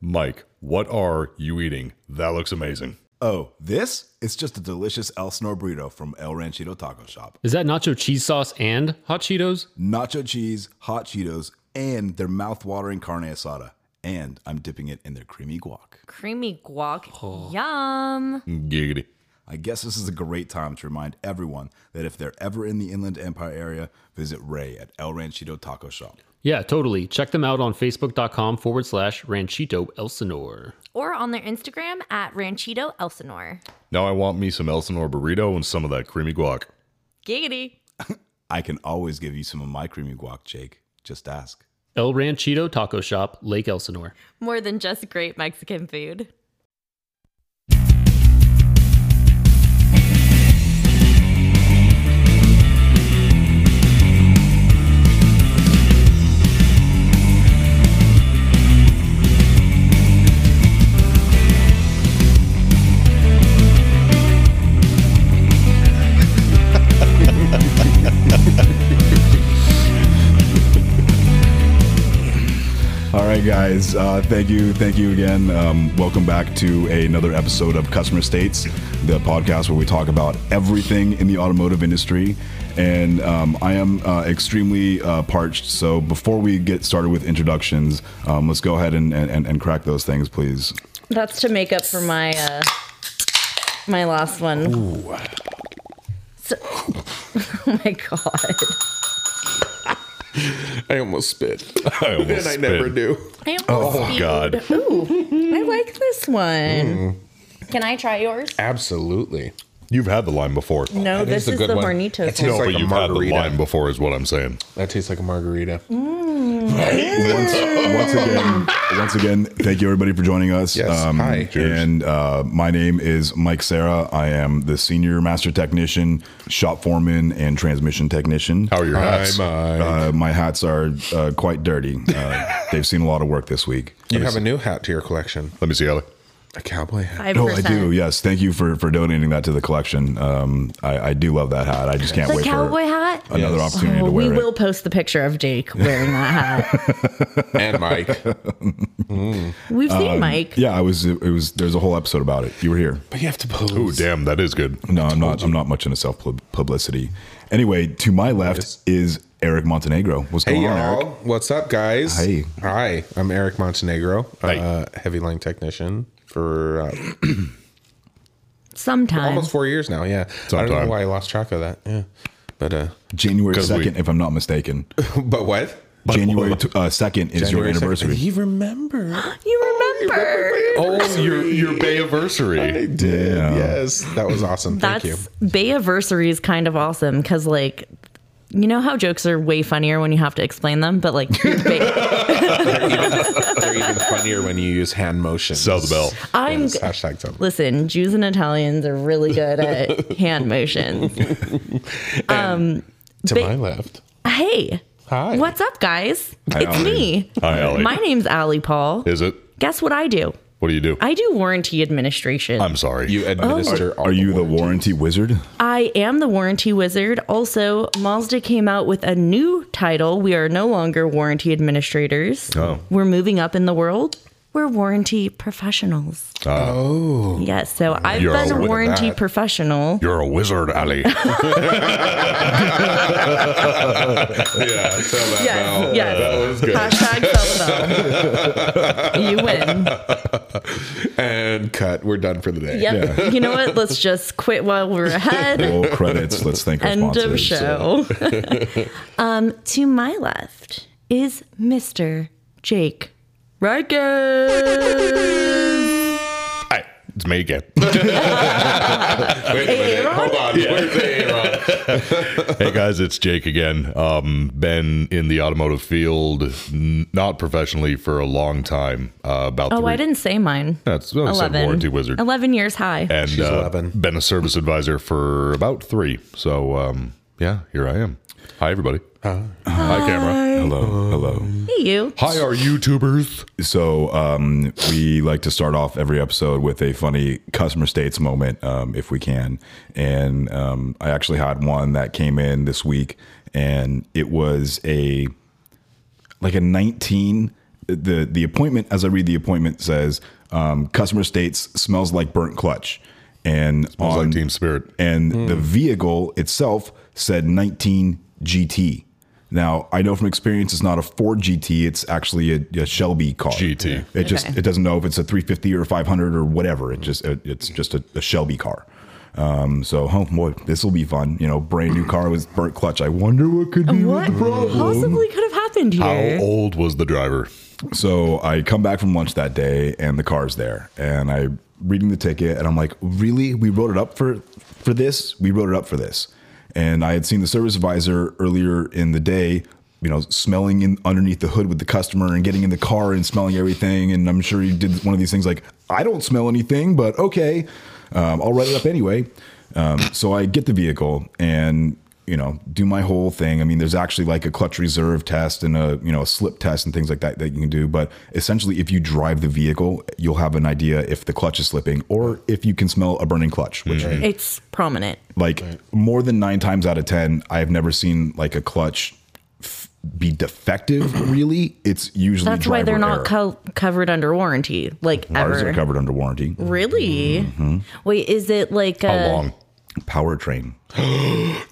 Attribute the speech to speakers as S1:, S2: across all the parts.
S1: Mike, what are you eating? That looks amazing.
S2: Oh, this? It's just a delicious El Snor burrito from El Ranchito Taco Shop.
S3: Is that nacho cheese sauce and hot Cheetos?
S2: Nacho cheese, hot Cheetos, and their mouth-watering carne asada. And I'm dipping it in their creamy guac.
S4: Creamy guac. Yum.
S1: Giggity.
S2: I guess this is a great time to remind everyone that if they're ever in the Inland Empire area, visit Ray at El Ranchito Taco Shop.
S3: Yeah, totally. Check them out on facebook.com forward slash ranchito elsinore.
S4: Or on their Instagram at Ranchito Elsinore.
S1: Now I want me some Elsinore burrito and some of that creamy guac.
S4: Giggity.
S2: I can always give you some of my creamy guac, Jake. Just ask.
S3: El Ranchito Taco Shop, Lake Elsinore.
S4: More than just great Mexican food.
S2: All right, guys. Uh, thank you. Thank you again. Um, welcome back to another episode of Customer States, the podcast where we talk about everything in the automotive industry. And um, I am uh, extremely uh, parched. So before we get started with introductions, um, let's go ahead and, and, and crack those things, please.
S4: That's to make up for my uh my last one. So- oh my god.
S5: I almost spit.
S1: I almost
S5: and I never
S1: spit.
S5: do.
S4: I
S1: Oh,
S4: almost
S1: God.
S4: spewed. Ooh, I like this one. Can I try yours?
S5: Absolutely.
S1: You've had the lime before.
S4: No,
S5: That
S4: this is,
S5: a good
S4: the
S5: one.
S4: Hornito.
S5: That tastes
S1: No,
S5: like
S1: but
S5: a
S1: you've had the
S5: margarita.
S1: lime before, is what I'm saying.
S5: That tastes like a margarita.
S2: once, once again, once again, thank you everybody for joining us. Um,
S5: Yes, hi. Cheers.
S2: And uh, my name is Mike Sarah. I am the senior master technician, shop foreman, and transmission technician.
S1: How are your hats?
S2: Uh, my hats are uh, quite dirty. Uh, they've seen a lot of work this week.
S5: You have a new hat to your collection.
S1: Let me see, Ellie.
S5: A cowboy hat.
S4: Five
S2: Oh, I do. Yes, thank you for for donating that to the collection. Um, I, I do love that hat. I just can't
S4: The
S2: wait
S4: cowboy
S2: for
S4: hat.
S2: another
S5: Yes.
S2: opportunity
S4: Oh,
S2: to
S4: we
S2: wear
S4: will
S2: it.
S4: post the picture of Jake wearing that hat.
S5: and Mike. but
S4: We've seen Mike.
S2: Yeah, I was. It was. There's a whole episode about it. You were here.
S5: you have to pose.
S1: Ooh, damn, that is good.
S2: No, I'm not. I'm not much into self pub- publicity. Anyway, to my left is Eric Montenegro. What's
S5: Hey
S2: going on,
S5: y'all,
S2: Eric?
S5: what's up, guys?
S2: Hey.
S5: hi. I'm Eric Montenegro,
S1: Hey.
S5: uh, heavy line technician for uh,
S4: Sometimes.
S5: almost four years now. Yeah, I don't
S1: Sometime.
S5: know why I lost track of that. Yeah, but uh,
S2: January
S1: 'Cause we-
S2: second, if I'm not mistaken.
S5: but what?
S2: January uh, second is your
S5: January second.
S2: anniversary.
S5: You remember?
S4: You remember.
S5: Oh,
S1: Your, your
S5: I
S1: anniversary.
S5: did. Yes, that was awesome. Thank you.
S4: That's Bayiversary is kind of awesome because like you know how jokes are way funnier when you have to explain them, but like Bay-
S5: They're even funnier when you use hand motions.
S1: Sell the bell.
S4: I'm
S5: Yes, hashtag sell the bell.
S4: listen, Jews and Italians are really good at hand motions.
S5: To
S4: ba-
S5: my left.
S4: Hey,
S5: Hi.
S4: what's up, guys? it's
S2: Allie.
S4: me.
S1: Hi, Ellie.
S4: My name's Allie Paul.
S1: is it?
S4: Guess what I do?
S1: What do you do? I,
S4: I do warranty administration.
S1: am sorry.
S5: You
S4: Oh.
S5: administer. all
S2: Are you the warranty
S5: warranty.
S2: wizard?
S4: I am the warranty wizard. Also, Mazda came out with a new title. We are no longer warranty administrators.
S1: Oh.
S4: We're moving up in the world. We're warranty professionals.
S1: Uh,
S4: Yes. So I've
S1: You're
S4: been
S1: all
S4: a
S1: with
S4: warranty
S5: that.
S4: professional.
S1: you're a wizard, Ellie.
S5: Yeah, sell that
S4: Yes.
S5: bell.
S4: Yes.
S5: That was good.
S4: Hashtag sell the bell. You win.
S5: And cut. We're done for the day.
S4: Yep. You know what? Let's just quit while we're ahead.
S2: Roll credits. Let's thank our
S4: End
S2: sponsors.
S4: of show. um, to my left is Mr. Jake Riker.
S1: Hi, it's me again.
S5: Wait a minute.
S4: Aaron?
S5: Hold on. Where's the Aaron?
S1: hey guys, it's Jake again. Um, been in the automotive field, n- not professionally, for a long time. Uh, about
S4: Oh,
S1: three-
S4: I didn't say mine.
S1: That's what I said,
S4: 11.
S1: warranty wizard.
S4: 11 years high.
S1: and
S5: She's
S1: uh,
S5: 11.
S1: been a service advisor for about three. So um, yeah, here I am. Hi everybody. Hi camera.
S2: Hello, hello.
S4: hey, you.
S1: Hi our YouTubers.
S2: So um, we like to start off every episode with a funny customer states moment, um, if we can. And um, I actually had one that came in this week, and it was a like a 19 the the appointment as I read the appointment says um, customer states smells like burnt clutch, and
S1: It's
S2: on
S1: like Team Spirit.
S2: and the vehicle itself said 19 GT. Now I know from experience it's not a Ford GT; it's actually a, a Shelby car.
S1: GT.
S2: It just
S4: Okay.
S2: it doesn't know if it's a 350 or 500 or whatever. It just it, it's just a, a Shelby car. Um, so oh boy, this will be fun. You know, brand new car with burnt clutch. I wonder what could be
S4: What
S2: the problem.
S4: possibly could have happened here?
S1: How old was the driver?
S2: So I come back from lunch that day, and the car's there, and I reading the ticket, and I'm like, really? We wrote it up for for this? We wrote it up for this. And I had seen the service advisor earlier in the day, you know, smelling in underneath the hood with the customer and getting in the car and smelling everything. And I'm sure he did one of these things like, I don't smell anything, but okay, um, I'll write it up anyway. Um, so I get the vehicle and you know do my whole thing. I mean, there's actually like a clutch reserve test and a you know a slip test and things like that that you can do. But essentially, if you drive the vehicle, you'll have an idea if the clutch is slipping or if you can smell a burning clutch. Which
S4: It's prominent.
S2: like more than nine times out of ten, I have never seen like a clutch f- be defective. Really, it's usually
S4: That's why they're
S2: driver
S4: not
S2: error.
S4: co- covered under warranty, like
S2: Ours are
S4: ever.
S2: covered under warranty.
S4: Really? Wait, is it like
S1: How
S4: a
S1: Mm-hmm. long?
S2: Powertrain.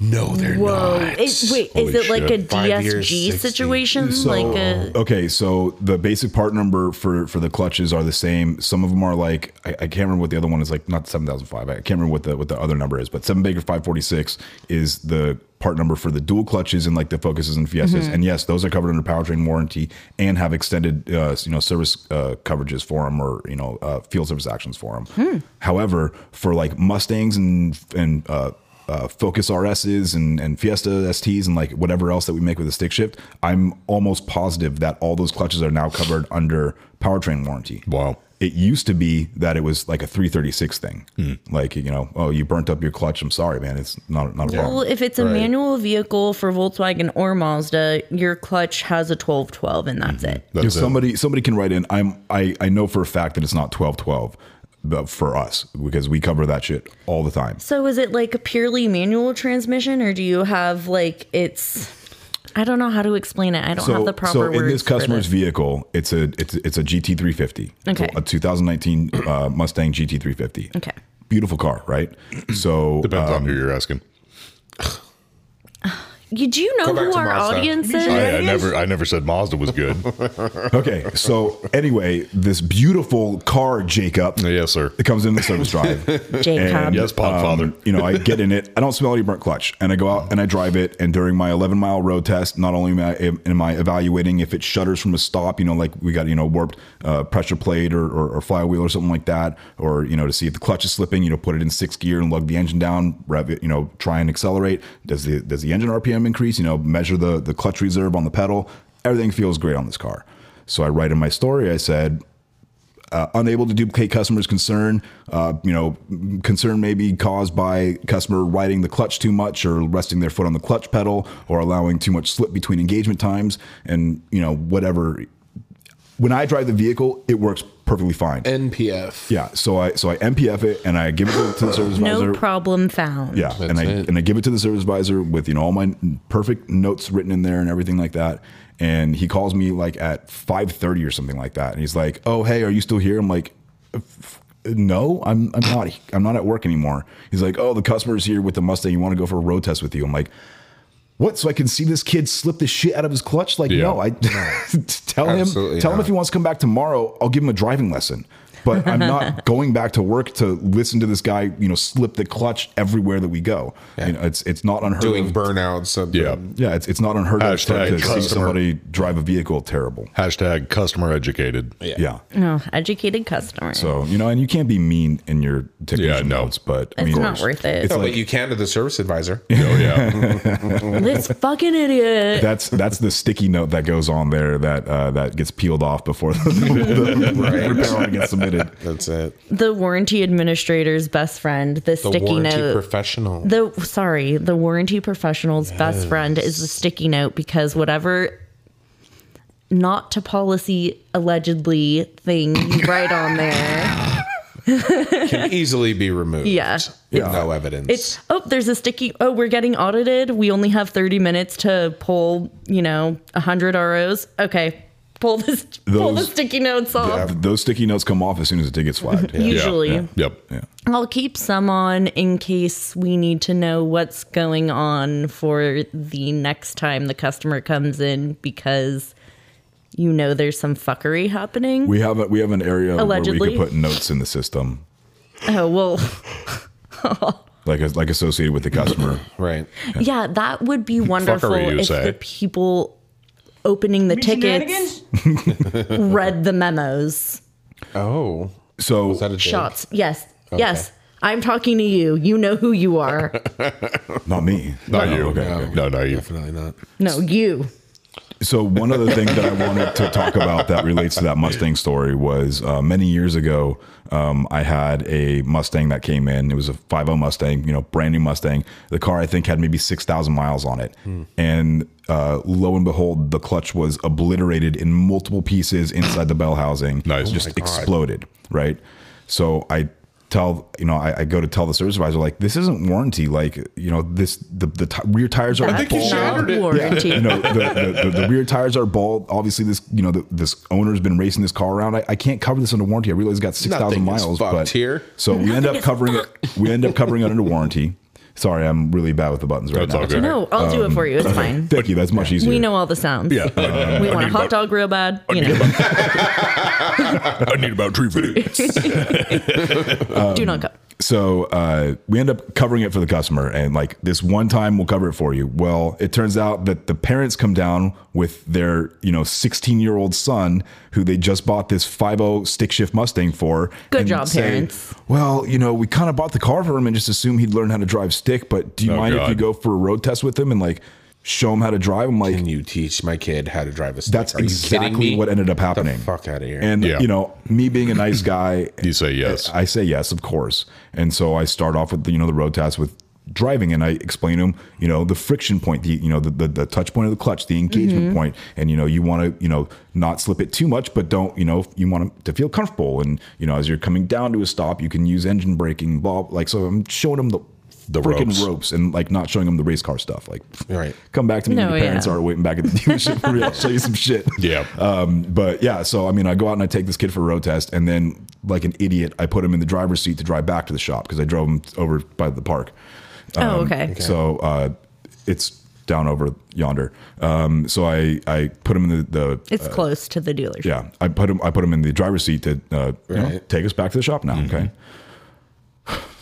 S1: No, they're
S4: whoa?
S1: not.
S4: Oh, It, wait,
S1: Holy
S4: is it like a
S1: shit.
S5: Five years,
S4: DSG
S5: 60.
S4: situation? like a
S2: okay so the basic part number for for the clutches are the same some of them are like i, I can't remember what the other one is like not 7005 i can't remember what the what the other number is but 7 baker 546 is the part number for the dual clutches and like the focuses and fiestas and yes those are covered under powertrain warranty and have extended uh, you know service uh, coverages for them or you know uh, field service actions for them however for like mustangs and and uh uh, Focus RSs and, and Fiesta STs and like whatever else that we make with a stick shift, I'm almost positive that all those clutches are now covered under powertrain warranty.
S1: Wow.
S2: It used to be that it was like a 336 thing. Like, you know, oh, you burnt up your clutch. I'm sorry, man. It's not, not a
S4: well,
S2: problem.
S4: if it's a manual vehicle for Volkswagen or Mazda, your clutch has a twelve twelve, and that's it.
S2: If
S1: That's it.
S2: somebody somebody can write in, I'm I, I know for a fact that it's not 1212 but for us because we cover that shit all the time.
S4: So is it like a purely manual transmission, or do you have like it's? I don't know how to explain it. I don't have the proper
S2: so
S4: words.
S2: in this
S4: for
S2: customer's vehicle, it's a it's it's a GT350,
S4: Okay.
S2: a 2019 uh, Mustang GT350.
S4: Okay.
S2: beautiful car, right? So
S1: Depends
S2: uh,
S1: on who you're asking.
S4: Did you know
S5: Go back
S4: who
S5: to
S4: our
S5: Mazda.
S4: audience is?
S1: I, I never, I never said Mazda was good.
S2: okay, so anyway, this beautiful car, Jacob,
S1: yes, sir.
S2: it comes in the service drive.
S4: Jacob.
S1: Yes, Podfather.
S2: Um, you know, I get in it. I don't smell any burnt clutch, and I go out and I drive it. And during my 11 mile road test, not only am I, am, am I evaluating if it shudders from a stop, you know, like we got you know warped uh, pressure plate or, or, or flywheel or something like that, or you know to see if the clutch is slipping. You know, put it in sixth gear and lug the engine down. Rev it. You know, try and accelerate. Does the does the engine RPM increase? You know, measure the the clutch reserve on the pedal. Everything feels great on this car. So I write in my story. I said, unable to duplicate customers' concern. Uh, you know, concern may be caused by customer riding the clutch too much or resting their foot on the clutch pedal or allowing too much slip between engagement times and, you know, whatever. When I drive the vehicle, it works perfectly fine.
S5: NPF.
S2: yeah, so I so I MPF it and I give it to- to the service
S4: no
S2: advisor.
S4: problem found.
S2: Yeah, and I
S5: it.
S2: and I give it to the service advisor with you know all my n- perfect notes written in there and everything like that. And he calls me like at five thirty or something like that, and he's like, "Oh, hey, are you still here?" I'm like, "F- "No, I'm I'm not. I'm not at work anymore." He's like, "Oh, the customer's here with the Mustang. You want to go for a road test with you?" I'm like. What? So I can see this kid slip the shit out of his clutch? Like,
S1: Yeah.
S2: no, I tell him,
S5: Absolutely
S2: tell him
S5: not.
S2: if he wants to come back tomorrow, I'll give him a driving lesson. But I'm not going back to work to listen to this guy, you know, slip the clutch everywhere that we go. You know, it's it's not unheard
S5: Doing
S2: of.
S5: burnouts. And,
S1: Yeah.
S2: yeah, it's it's not unheard of to,
S1: Hashtag
S2: to see
S1: customer.
S2: somebody drive a vehicle terrible.
S1: Hashtag customer educated.
S5: Yeah.
S2: Yeah.
S4: No, educated customer.
S2: So you know, and you can't be mean in your technician
S1: Yeah, no.
S2: notes, but I
S4: it's
S2: mean,
S4: not worth it.
S2: It's
S5: No,
S2: like
S5: but you can to the service advisor.
S1: Oh yeah.
S4: this fucking idiot.
S2: that's that's the sticky note that goes on there that uh, that gets peeled off before the, the, repair order gets submitted.
S5: That's it.
S4: the warranty administrator's best friend, the,
S5: The
S4: sticky
S5: warranty
S4: note.
S5: professional.
S4: the sorry, the warranty professional's best friend is the sticky note because whatever not to policy allegedly thing you write on there.
S5: can easily be removed.
S4: Yeah.
S5: With No evidence.
S4: It's oh, there's a sticky oh, we're getting audited. We only have 30 minutes to pull, you know, 100 ROs. Okay. pull this pull the
S2: Those-
S4: sticky notes off.
S2: Those sticky notes come off as soon as the ticket's flagged.
S1: Yeah,
S4: Usually.
S1: yeah, Yep.
S4: I'll keep some on in case we need to know what's going on for the next time the customer comes in because you know there's some fuckery happening.
S2: We have a, we have an area where we
S4: Allegedly.
S2: could put notes in the system,
S4: oh, well,
S2: like as- like associated with the customer.
S5: Right.
S4: yeah, that would be wonderful
S1: Fuckery, you
S4: if
S1: say.
S4: the people opening the tickets read the memos.
S5: Oh.
S2: So
S5: Is that a dig?
S4: Shots. Yes. Yes. I'm talking to you. You know who you are.
S2: not me.
S1: Not
S2: No,
S1: you.
S2: Oh, okay,
S1: no,
S2: okay.
S1: no, not you.
S5: Definitely not.
S4: No, you.
S2: So one other thing that I wanted to talk about that relates to that Mustang story was uh, many years ago. Um, I had a Mustang that came in. It was a 5.0 Mustang, you know, brand new Mustang. The car I think had maybe six thousand miles on it,
S1: Hmm.
S2: and uh, lo and behold, the clutch was obliterated in multiple pieces inside the bell housing.
S1: Nice.
S2: just
S1: Oh my God.
S2: exploded, right? So I tell you know I, I go to tell the service advisor like this isn't warranty like you know this the the t- rear tires are
S4: That's
S1: think you
S2: bald.
S1: shattered it.
S4: not
S1: Yeah,
S4: warranty.
S2: you know the, the, the, the rear tires are bald. Obviously, this you know the, this owner's been racing this car around. I, I can't cover this under warranty. I realize it's got six thousand
S5: Nothing is
S2: miles,
S5: fucked
S2: but
S5: here.
S2: so we end up covering it. We end up covering it under warranty. Sorry, I'm really bad with the buttons right
S1: That's
S2: now.
S1: all good.
S4: No, I'll do it for you. It's fine.
S2: Thank you. That's much easier. Um,
S4: We know all the sounds.
S1: Um, Yeah. I
S4: We
S1: need
S4: want a hot
S1: about-
S4: dog real bad. You know,
S1: I need about three minutes.
S4: do not go.
S2: so uh, we end up covering it for the customer and like this one time we'll cover it for you well it turns out that the parents come down with their you know 16 year old son who they just bought this 50 stick shift mustang for
S4: Good
S2: and
S4: job, parents.
S2: well you know we kind of bought the car for him and just assumed he'd learn how to drive stick but do you
S1: Oh,
S2: mind if
S1: God.
S2: you go for a road test with him and like show him how to drive i'm like
S5: Can you teach my kid how to drive a stick?
S2: that's
S5: Are you kidding
S2: exactly
S5: me?
S2: what ended up happening
S5: fuck outta here.
S2: and
S1: Yeah.
S2: you know me being a nice guy
S1: You say yes.
S2: I say yes, of course. And so I start off with the, you know the road test with driving, and I explain to them you know the friction point, the you know the the, the touch point of the clutch, the engagement
S4: Mm-hmm.
S2: point, and you know you want to you know not slip it too much, but don't you know you want 'em to feel comfortable, and you know as you're coming down to a stop, you can use engine braking, blah. Like so, I'm showing them the.
S1: The
S2: freaking
S1: ropes.
S2: and like not showing them the race car stuff. Like,
S5: Right.
S2: come back to me
S4: No,
S2: when your parents
S4: yeah.
S2: are waiting back at the dealership for me. I'll show you some shit.
S1: Yeah.
S2: Um, but yeah, so I mean, I go out and I take this kid for a road test, and then like an idiot, I put him in the driver's seat to drive back to the shop because I drove him over by the park.
S4: Oh, okay.
S2: So uh, it's down over yonder. Um, so I I put him in the, the
S4: It's close to the dealership.
S2: yeah, I put him. I put him in the driver's seat to uh, you know,
S5: Right.
S2: take us back to the shop now. Okay,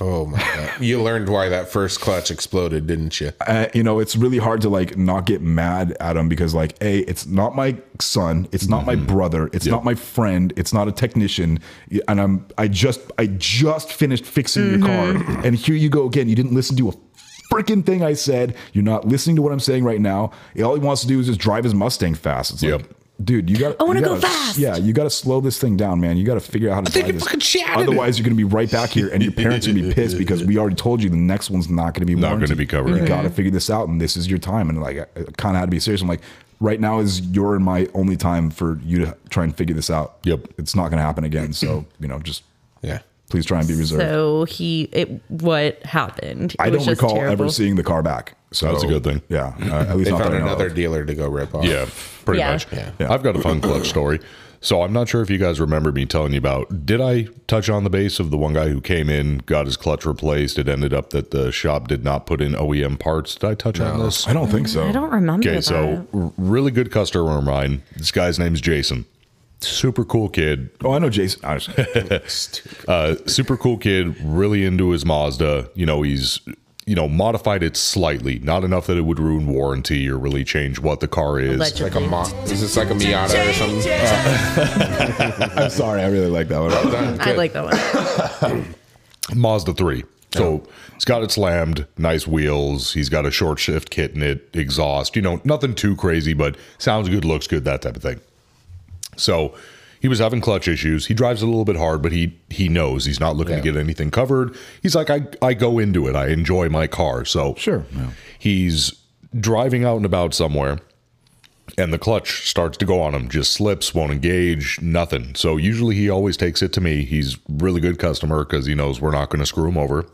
S5: Oh my god! You learned why that first clutch exploded, didn't you?
S2: uh, you know, it's really hard to like not get mad at him because like, a, it's not my son, it's not my
S1: Mm-hmm.
S2: brother, it's not my friend, it's not a technician, y- and I'm I just I just finished fixing your car, and here you go again. You didn't listen to a freaking thing I said. You're not listening to what I'm saying right now. All he wants to do is just drive his Mustang fast. It's
S1: Yep.
S2: like. Dude, you got. I
S4: wanna go fast.
S2: Yeah, you got to slow this thing down, man. You got to figure out how to.
S5: think
S2: drive
S5: it
S2: this.
S5: fucking shattered it.
S2: Otherwise, you're going to be right back here, and your parents are going to be pissed because we already told you the next one's not going to be
S1: Not
S2: warranted.
S1: gonna be covered.
S2: You got to figure this out, and this is your time. And like, I, kind of had to be serious. I'm like, right now is your and my only time for you to try and figure this out.
S1: Yep.
S2: it's not going to happen again. So you know, just
S5: Yeah.
S2: please try and be reserved.
S4: So he, it, what happened? It
S2: I
S4: was
S2: don't
S4: just
S2: recall
S4: terrible.
S2: ever seeing the car back. So
S1: That's a good thing.
S2: Yeah, uh, at least
S5: They
S2: not that
S5: found
S2: I know
S5: another
S2: of.
S5: dealer to go rip off.
S1: Yeah, pretty
S4: Yeah.
S1: much.
S5: Yeah.
S2: Yeah.
S1: I've got a fun clutch story. So I'm not sure if you guys remember me telling you about. Did I touch on the base of the one guy who came in, got his clutch replaced? It ended up that the shop did not put in OEM parts. Did I touch on this?
S2: I don't think so.
S4: I don't remember.
S1: Okay,
S4: that.
S1: so r- really good customer of mine. This guy's name's Jason. Super cool kid.
S2: Oh, I know Jason. I was-
S1: Uh, super cool kid. Really into his Mazda. You know, he's you know modified it slightly, not enough that it would ruin warranty or really change what the car is.
S4: Allegedly.
S5: Like a mo- is this like a Miata or something?
S2: I'm sorry. I really like that one.
S4: I like that one.
S1: Mazda 3. So it's got it slammed, nice wheels. He's got a short shift kit in it, exhaust, you know, nothing too crazy, but sounds good, looks good, that type of thing. So he was having clutch issues. He drives a little bit hard, but he he knows he's not looking to
S5: Yeah.
S1: get anything covered. He's like, I, I go into it. I enjoy my car. So
S2: Sure, yeah.
S1: he's driving out and about somewhere and the clutch starts to go on him, just slips, won't engage, nothing. So usually he always takes it to me. He's really good customer because he knows we're not going to screw him over.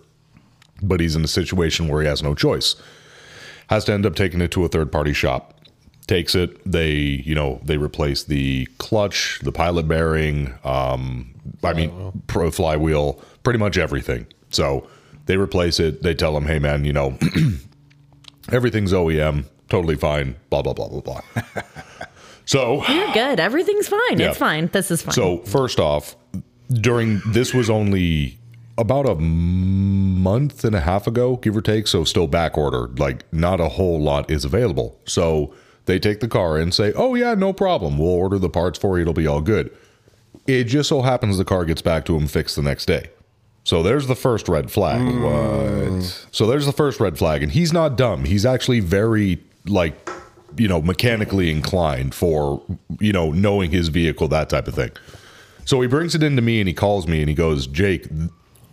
S1: But he's in a situation where he has no choice. Has to end up taking it to a third party shop. takes it. They, you know, they replace the clutch, the pilot bearing, um, I mean, pro flywheel, pretty much everything. So they replace it. They tell them, hey, man, you know, everything's OEM, totally fine, blah, blah, blah, blah, blah. so
S4: You're good. Everything's fine.
S1: Yeah.
S4: It's fine. This is fine.
S1: so first off, during this was only about a month and a half ago, give or take. So still back ordered. Like not a whole lot is available. So they take the car and say, "Oh yeah, no problem. We'll order the parts for you. It'll be all good." It just so happens the car gets back to him fixed the next day. So there's the first red flag. What? So there's the first red flag, and he's not dumb. He's actually very like, you know, mechanically inclined for you know knowing his vehicle that type of thing. So he brings it into me and he calls me and he goes, Jake, th-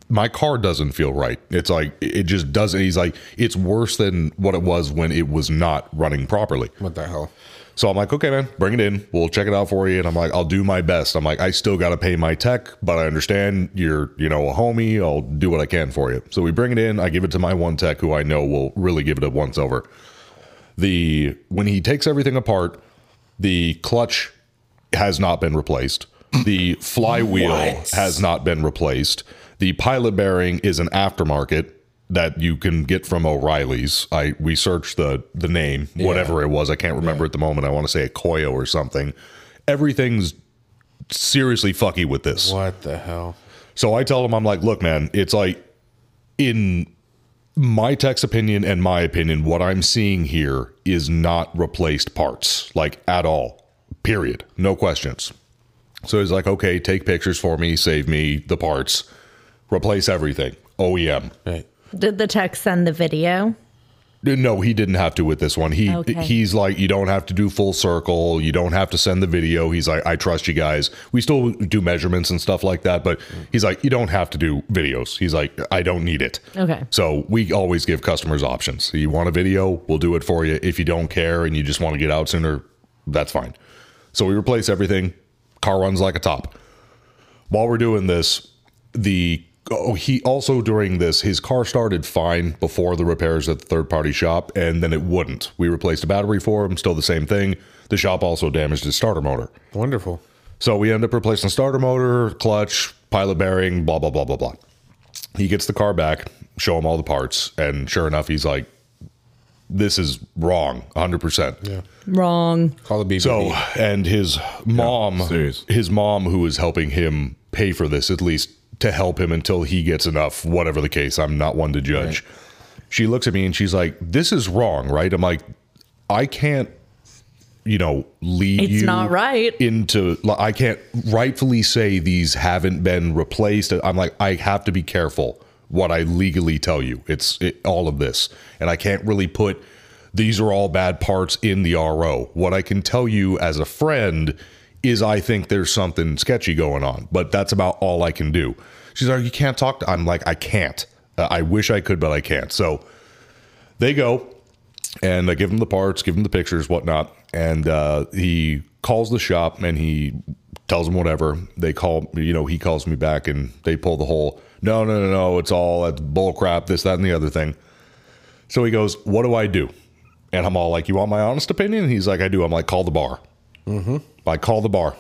S1: my car doesn't feel right. It's like it just doesn't. He's like, it's worse than what it was when it was not running properly.
S5: What the hell?
S1: So I'm like, okay, man, bring it in. We'll check it out for you. And I'm like, I'll do my best. I'm like, I still got to pay my tech, but I understand you're, you know, a homie. I'll do what I can for you. So we bring it in. I give it to my one tech, who I know will really give it a once over. The when he takes everything apart, the clutch has not been replaced. The flywheel has not been replaced. The pilot bearing is an aftermarket that you can get from O'Reilly's. I we searched the the name, whatever it was. I can't remember at the moment. I want to say a Koyo or something. Everything's seriously fucky with this.
S5: What the hell?
S1: So I tell him, I'm like, look, man, it's like in my tech's opinion and my opinion, what I'm seeing here is not replaced parts, like at all. Period. No questions. So he's like, okay, take pictures for me, save me the parts, replace everything. E OEM.
S5: Right.
S4: Did the tech send the video?
S1: No, he didn't have to with this one. He
S4: Okay.
S1: he's like, you don't have to do full circle. You don't have to send the video. He's like, I trust you guys. We still do measurements and stuff like that, but he's like, you don't have to do videos. He's like, I don't need it.
S4: Okay.
S1: So we always give customers options. You want a video, we'll do it for you. If you don't care and you just want to get out sooner, that's fine. So we replace everything. Car runs like a top. While we're doing this, the oh, he also during this his car started fine before the repairs at the third party shop, and then it wouldn't. We replaced a battery for him. Still the same thing. The shop also damaged his starter motor.
S5: Wonderful.
S1: So we end up replacing starter motor, clutch, pilot bearing, blah, blah, blah, blah, blah. He gets the car back, show him all the parts, and sure enough, he's like, this is wrong, 100%.
S5: Yeah.
S4: Wrong.
S5: Call the BBB.
S1: So, and his mom,
S2: serious.
S1: his mom who is helping him pay for this, at least to help him until he gets enough, whatever the case, I'm not one to judge. She looks at me and she's like, this is wrong, right? I'm like, I can't, you know, lead
S4: It's
S1: you
S4: not right.
S1: into like, I can't rightfully say these haven't been replaced. I'm like I have to be careful what I legally tell you. It's it, all of this, and I can't really put these are all bad parts in the RO. What I can tell you as a friend is I think there's something sketchy going on, but that's about all I can do. She's like, you can't talk to. I'm like, I can't. Uh, I wish I could, but I can't. So they go and I give him the parts, give him the pictures, whatnot. And uh, he calls the shop and he tells them whatever. They call, you know, he calls me back and they pull the whole no, no, no, no, it's all that's bull crap, this, that, and the other thing. So he goes, What do I do? And I'm all like, You want my honest opinion? And he's like, I do. I'm like, Call the bar. Mm-hmm. I call the bar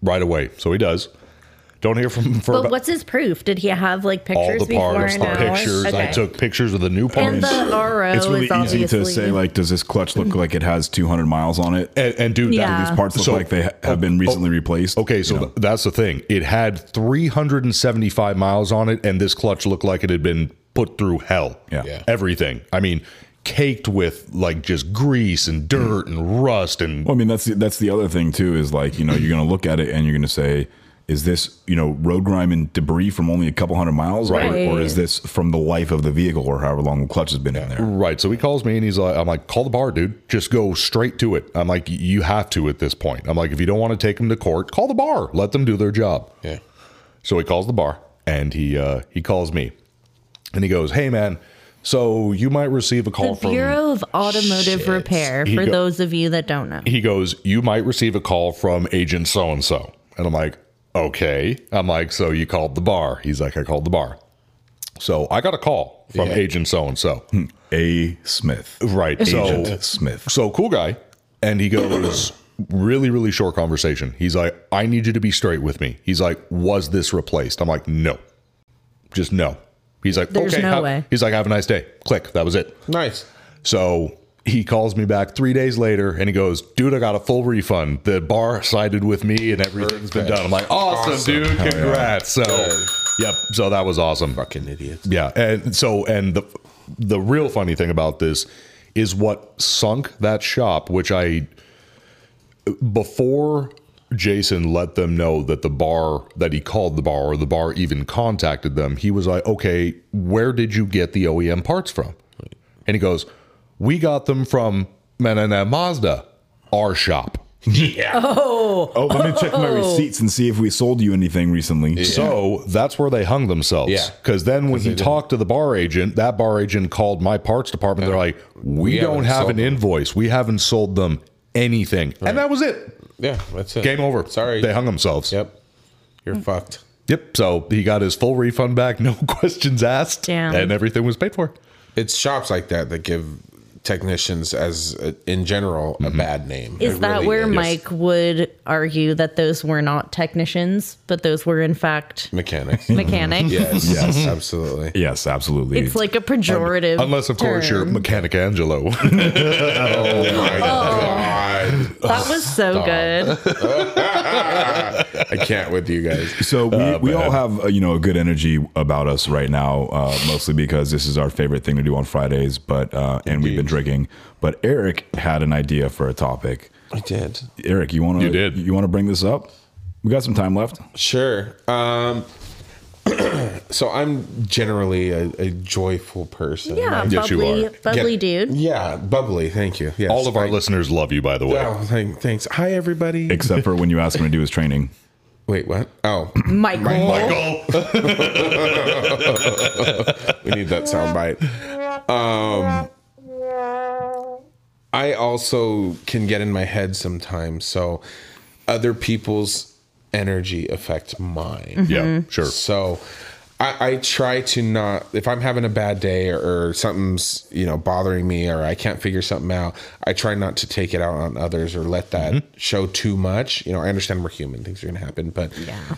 S1: right away. So he does. Don't hear from him for
S4: But
S1: about
S4: what's his proof? Did he have like
S1: all
S4: pictures
S1: the
S4: before
S1: parts,
S4: and
S1: the
S4: hours?
S1: pictures. I
S4: Okay.
S1: took pictures of the new parts.
S4: And the RO
S2: It's really
S4: is
S2: easy
S4: obviously
S2: to say like, does this clutch look like it has 200 miles on it?
S1: and, and dude,
S4: Yeah.
S1: that,
S2: These parts look
S1: So- oh,
S2: like they ha- have been recently replaced.
S1: Okay, so th- that's the thing. It had 375 miles on it, and this clutch looked like it had been put through hell.
S2: Yeah. Yeah.
S1: Everything. I mean, caked with like just grease and dirt and rust and.
S2: Well, I mean, that's the, that's the other thing too. Is like you know you're going to look at it and you're going to say, is this you know road grime and debris from only a couple hundred miles, or-
S4: Right.
S2: or, is this from the life of the vehicle or however long the clutch has been in there?
S1: Right. So he calls me and he's like, I'm like, call the bar, dude. Just go straight to it. I'm like, you have to at this point. I'm like, if you don't want to take him to court, call the bar. Let them do their job.
S5: yeah.
S1: So he calls the bar and he uh, he calls me and he goes, Hey man, so you might receive a call
S4: the
S1: from
S4: Bureau of Automotive Repair,
S1: He
S4: for
S1: go-
S4: those of you that don't know.
S1: he goes, You might receive a call from agent so and so. And I'm like, Okay. I'm like, So you called the bar? He's like, I called the bar. So I got a call from agent so and so.
S2: A Smith,
S1: Right. So,
S2: Oh. Agent Smith.
S1: so cool guy. and he goes, really, really short conversation. He's like, I need you to be straight with me. He's like, was this replaced? I'm like, no, just no. He's like,
S4: There's
S1: okay.
S4: no
S1: have-"
S4: way.
S1: He's like, have a nice day. Click. That was it.
S5: Nice.
S1: So he calls me back three days later and he goes, dude, I got a full refund. The bar sided with me and everything's been done. I'm like, awesome,
S5: Awesome.
S1: dude. Congrats. So, yep. So that was awesome.
S5: Fucking idiots.
S1: Yeah, and so and the the real funny thing about this is what sunk that shop, which I before Jason let them know that the bar that he called the bar or the bar even contacted them, he was like, "Okay, where did you get the OEM parts from?" And he goes, "We got them from Manana Mazda, our shop."
S2: Oh, let me check my receipts and see if we sold you anything recently.
S1: So that's where they hung themselves.
S5: Yeah.
S1: Because then when he talked to the bar agent, that bar agent called my parts department. They're like, we, don't
S5: haven't
S1: have
S5: sold
S1: an
S5: them."
S1: invoice. We haven't sold them anything. And that was it.
S5: Yeah, that's it.
S1: Game over.
S5: Sorry.
S1: They hung themselves.
S5: Yep. You're fucked.
S1: Yep. So he got his full refund back, no questions asked.
S4: Damn.
S1: And everything was paid for.
S5: It's shops like that that give technicians, as uh, in general, a bad name.
S4: Is
S5: It
S4: that
S5: really
S4: where
S5: is.
S4: Mike would argue that those were not technicians, but those were in fact
S5: Mm-hmm. mechanics?
S4: mechanics?
S5: yes, yes, absolutely.
S2: Yes, absolutely.
S4: It's like a pejorative.
S1: Unless, of course, you're
S4: term.
S1: Mechanic Angelo.
S5: Oh my god.
S4: That was so good.
S5: I can't with you guys.
S2: so we, we all have uh, you know a good energy about us right now, uh, mostly because this is our favorite thing to do on Fridays. But uh, and we've been drinking. But Eric had an idea for a topic.
S5: I did.
S2: Eric, you want to
S1: You did.
S2: you want to bring this up? We got some time left.
S5: Sure. Um so I'm generally a, a joyful person.
S4: Yeah,
S5: I-
S1: Yes, you
S4: bubbly,
S1: are.
S4: bubbly
S5: Yeah.
S4: dude.
S5: yeah, bubbly. Thank you. Yes.
S1: All of our
S5: thank-
S1: listeners love you, by the way.
S5: Oh, thank, thanks. Hi everybody.
S2: Except for when you ask him to do his training.
S5: Wait, what? Oh,
S4: Michael.
S1: Michael.
S5: we need that soundbite. Um I also can get in my head sometimes, so other people's energy affects mine.
S1: Yeah,
S4: Mm-hmm.
S1: sure.
S5: So I, I try to not, if I'm having a bad day or, something's, you know, bothering me or I can't figure something out, I try not to take it out on others or let that
S1: Mm-hmm.
S5: show too much. You know, I understand we're human, things are going to happen. But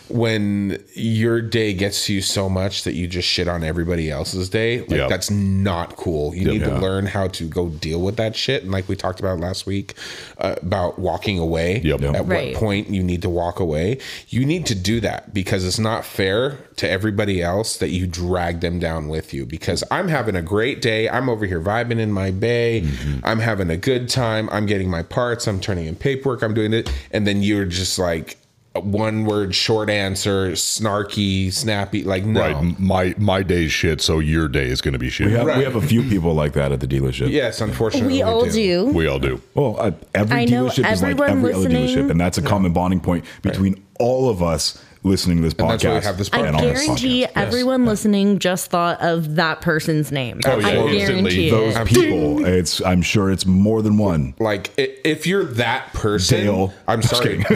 S5: when your day gets to you so much that you just shit on everybody else's day, like
S1: Yep.
S5: that's not cool. You need
S1: Yeah.
S5: to learn how to go deal with that shit. And like we talked about last week uh, about walking away
S1: Yep.
S5: at
S4: Right.
S5: what point you need to walk away. You need to do that because it's not fair to everybody else that you drag them down with you. Because I'm having a great day. I'm over here vibing in my bay. I'm having a good time. I'm getting my parts. I'm turning in paperwork. I'm doing it. And then you're just like a one word short answer, snarky, snappy. Like, no.
S1: Right. My my day's shit, so your day is going to be shit.
S2: We
S1: We,
S2: have, we
S5: Right.
S2: have a few people like that at the dealership.
S5: Yes, unfortunately.
S4: We all do.
S1: all do.
S2: Well, uh, every
S4: I know
S2: dealership is like
S4: everyone
S2: every other
S4: listening-
S2: dealership, and that's a common bonding point between all of us listening to this podcast.
S5: that's why we have this
S4: I
S5: And on this
S4: guarantee everyone listening just thought of that person's name.
S5: Oh, yeah,
S4: I
S5: instantly.
S4: guarantee
S1: Those
S4: it.
S2: people. It's I'm sure it's more than one.
S5: Like i- if you're that person,
S2: Dale.
S5: I'm sorry.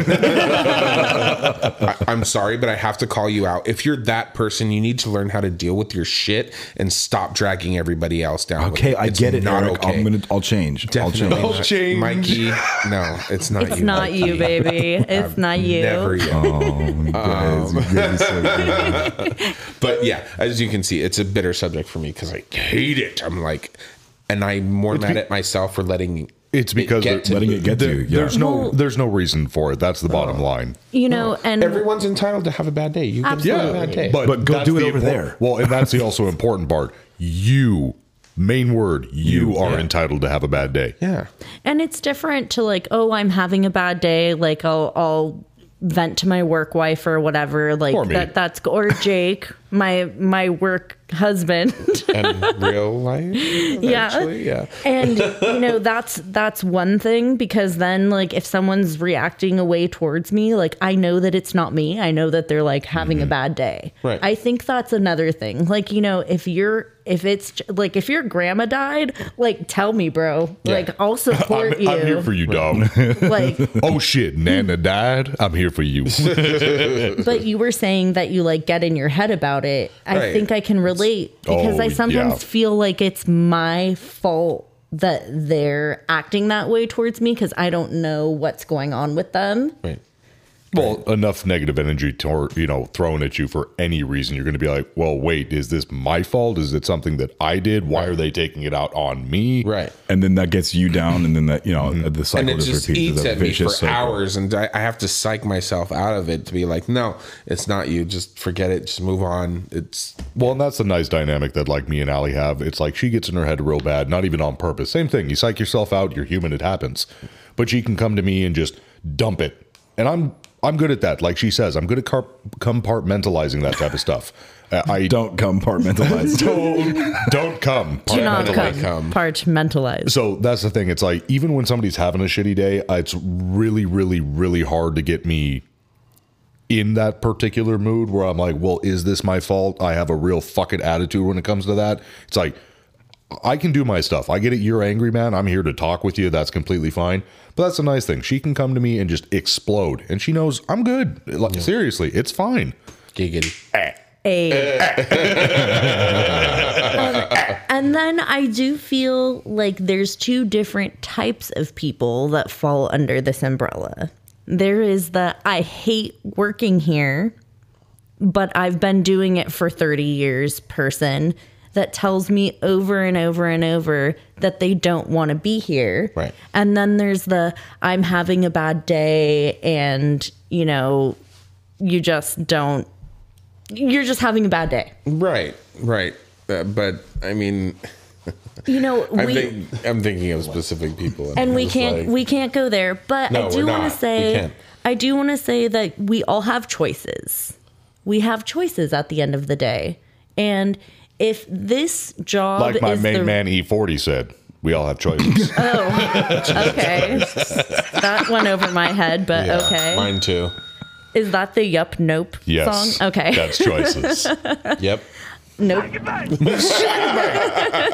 S5: I, I'm sorry, but I have to call you out. If you're that person, you need to learn how to deal with your shit and stop dragging everybody else down. with
S2: Okay, I
S5: It's
S2: get it. Eric. I'm
S5: okay.
S2: gonna. I'll change.
S5: Definitely Oh,
S2: I'll change.
S5: not.
S1: change.
S5: Mikey. No, it's not
S4: It's
S5: you.
S4: not you,
S5: Mikey.
S4: baby. It's not you.
S5: Never you.
S2: Oh, you
S5: um,
S2: guys, you guys are so good.
S5: But yeah, as you can see, it's a bitter subject for me because I hate it. I'm like, and I'm more mad at myself for letting.
S1: It's because
S5: get
S1: they're-
S5: to
S2: Letting it get to
S1: There-
S2: you. Yeah.
S1: There's no
S4: Well-
S1: there's no reason for it. That's the bottom line.
S4: You know, and
S5: Everyone's entitled to have a bad day. You can have a bad day.
S4: Absolutely.
S2: But go
S1: that's
S2: do it
S1: the
S2: over
S1: impor-
S2: there.
S1: Well, and that's the also important part. You main word. You, are entitled to have a bad day.
S5: yeah.
S4: and it's different to like, oh, I'm having a bad day. Like I'll I'll vent to my work wife or whatever. Like
S1: Or me.
S4: that that's or Jake, my my work husband.
S5: And real life.
S4: yeah.
S5: actually, yeah.
S4: and you know that's that's one thing because then like if someone's reacting away towards me like i know that it's not me i know that they're like having
S1: Mm-hmm.
S4: a bad day
S5: Right.
S4: i think that's another thing like you know if you're if it's j- like if your grandma died like tell me bro
S5: Yeah.
S4: like i'll support
S1: I'm,
S4: you
S1: I'm here for you, dog.
S4: like
S1: oh shit, Nana died. I'm here for you.
S4: but you were saying that you like get in your head about it i
S5: Right.
S4: think i can relate because
S1: Oh,
S4: i sometimes
S1: yeah.
S4: feel like it's my fault that they're acting that way towards me because I don't know what's going on with them.
S5: Right.
S1: Well, enough negative energy tor- you know thrown at you for any reason, you're going to be like, "Well, wait, is this my fault? Is it something that I did? Why are they taking it out on me?"
S5: Right.
S2: and then that gets you down, and then that you know the cycle
S5: Mm-hmm. and it just
S2: repeats.
S5: eats
S2: It's a
S5: at me for
S2: vicious cycle.
S5: hours and I, I have to psych myself out of it to be like no it's not you just forget it just move on it's
S1: Well, and that's the nice dynamic that like me and Allie have. It's like she gets in her head real bad, not even on purpose. Same thing. You psych yourself out, you're human, it happens. But she can come to me and just dump it. And I'm I'm good at that. Like she says, I'm good at car- compartmentalizing that type of stuff. Uh, I
S2: Don't compartmentalize.
S1: don't don't come.
S4: Do not
S5: Compartmentalize.
S4: come
S5: Come.
S4: parchmentalized.
S1: So that's the thing. It's like even when somebody's having a shitty day, uh, it's really, really, really hard to get me in that particular mood where I'm like, well, is this my fault? I have a real fucking attitude when it comes to that. It's like I can do my stuff. I get it. You're angry, man. I'm here to talk with you. That's completely fine. But that's a nice thing. She can come to me and just explode, and she knows I'm good. Like seriously, it's fine.
S5: giggity
S4: A. Um, and then I do feel like there's two different types of people that fall under this umbrella. There is the I hate working here, but I've been doing it for 30 years person that tells me over and over and over that they don't want to be here.
S5: Right.
S4: And then there's the I'm having a bad day and, you know, you just don't you're just having a bad day.
S5: right right Uh, but i mean
S4: You know,
S5: i
S4: we
S5: think i'm thinking of specific people
S4: and
S5: I'm
S4: we
S5: just
S4: can't
S5: like-
S4: we can't go there, but
S5: No,
S4: I
S5: we're
S4: do want
S5: not.
S4: to
S5: We
S4: say
S5: can't.
S4: I do want to say that we all have choices. We have choices at the end of the day. And if this job
S1: Like my
S4: is
S1: main
S4: the,
S1: man E40 said, we all have choices.
S4: Oh, okay, that went over my head, but
S5: Yeah,
S4: okay,
S5: mine too
S4: is that the Yup Nope
S1: yes.
S4: song? Okay,
S1: That's choices.
S5: yep
S4: nope.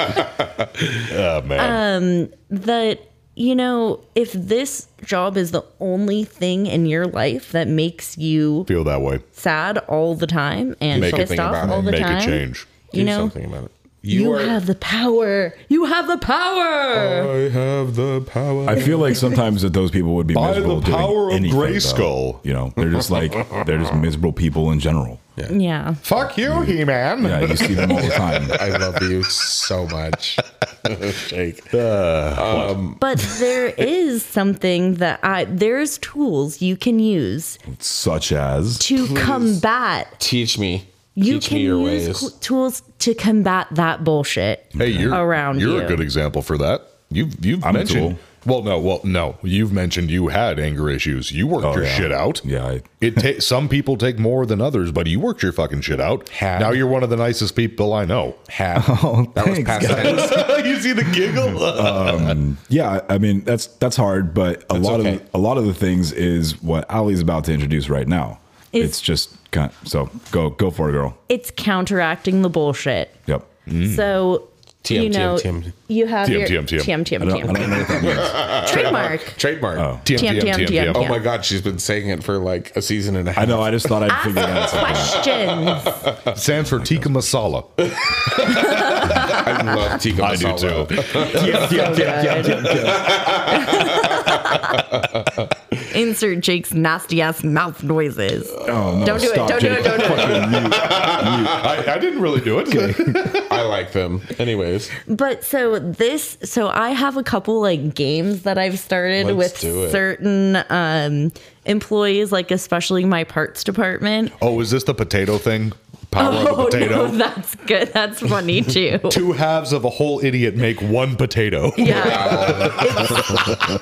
S1: Oh
S4: Uh,
S1: man.
S4: that you know if this job is the only thing in your life that makes you
S1: Feel that way.
S4: sad all the time and
S5: Make
S4: pissed
S5: something
S4: off
S5: about it.
S4: all the
S1: Make
S4: time
S1: a change.
S4: you
S5: do
S4: know
S5: something about it
S4: you, have the power you have the power
S5: i have the power
S2: I feel like sometimes that those people would be
S1: By
S2: miserable
S1: the power of
S2: doing anything, though.
S1: Grayskull.
S2: You know, they're just like they're just miserable people in general. Yeah,
S4: yeah
S1: Fuck you,
S4: Mm.
S1: He Man.
S2: you see them all the time.
S5: I love you so much, Jake.
S4: but there is something that i there's tools you can use
S2: Such as
S4: to combat
S5: Teach me.
S4: you
S5: Teach
S4: can
S5: me your
S4: use
S5: ways.
S4: cl- tools to combat that bullshit
S1: Hey, you're
S4: Around
S1: You're
S4: you.
S1: a good example for that. You've you've
S2: I'm a
S1: mentioned.
S2: tool.
S1: Well, no, well, no. You've mentioned you had anger issues. You
S4: Oh,
S1: worked your
S2: yeah.
S1: shit out.
S2: yeah. I,
S1: It ta- some people take more than others, but you worked your fucking shit out.
S5: Had.
S1: Now you're one of the nicest people I know.
S5: Have. that was
S2: thanks,
S5: past tense.
S1: you see the giggle?
S2: Yeah, I mean that's that's hard, but a lot
S5: okay.
S2: of a lot of the things is what Ali's about to introduce right now.
S4: Is-
S2: it's just kind so go go for it, girl.
S4: it's counteracting the bullshit
S2: Yep.
S5: Mm.
S4: so
S5: TM,
S4: you know
S5: TM.
S4: you have
S1: TM,
S4: your
S1: TM, TM.
S4: TM,
S2: I don't, I don't know what that means.
S4: trademark
S5: Trademark.
S1: TM,
S4: TM, TM, TM.
S5: Oh
S4: Yeah.
S5: my God, she's been saying it for like a season and a half.
S2: I know. I just thought I'd figure that out.
S4: ask
S2: somehow.
S4: questions.
S1: Stands for tikka masala.
S5: I love Tika
S1: I do
S5: Masala.
S1: too.
S4: Insert Jake's nasty ass mouth noises.
S2: Oh, no,
S4: Don't do it,
S2: stop,
S4: don't do it,
S2: Jake.
S4: don't do it.
S2: Fucking mute, mute.
S1: I, I didn't really do it.
S5: I like them. Anyways,
S4: But so this, so I have a couple like games that I've started
S5: Let's do
S4: with
S5: it.
S4: certain um, employees, like especially my parts department.
S1: oh, is this the potato thing? Power of the
S4: Oh,
S1: potato.
S4: no, that's good. That's funny too.
S1: two halves of a whole idiot make one potato.
S4: Yeah,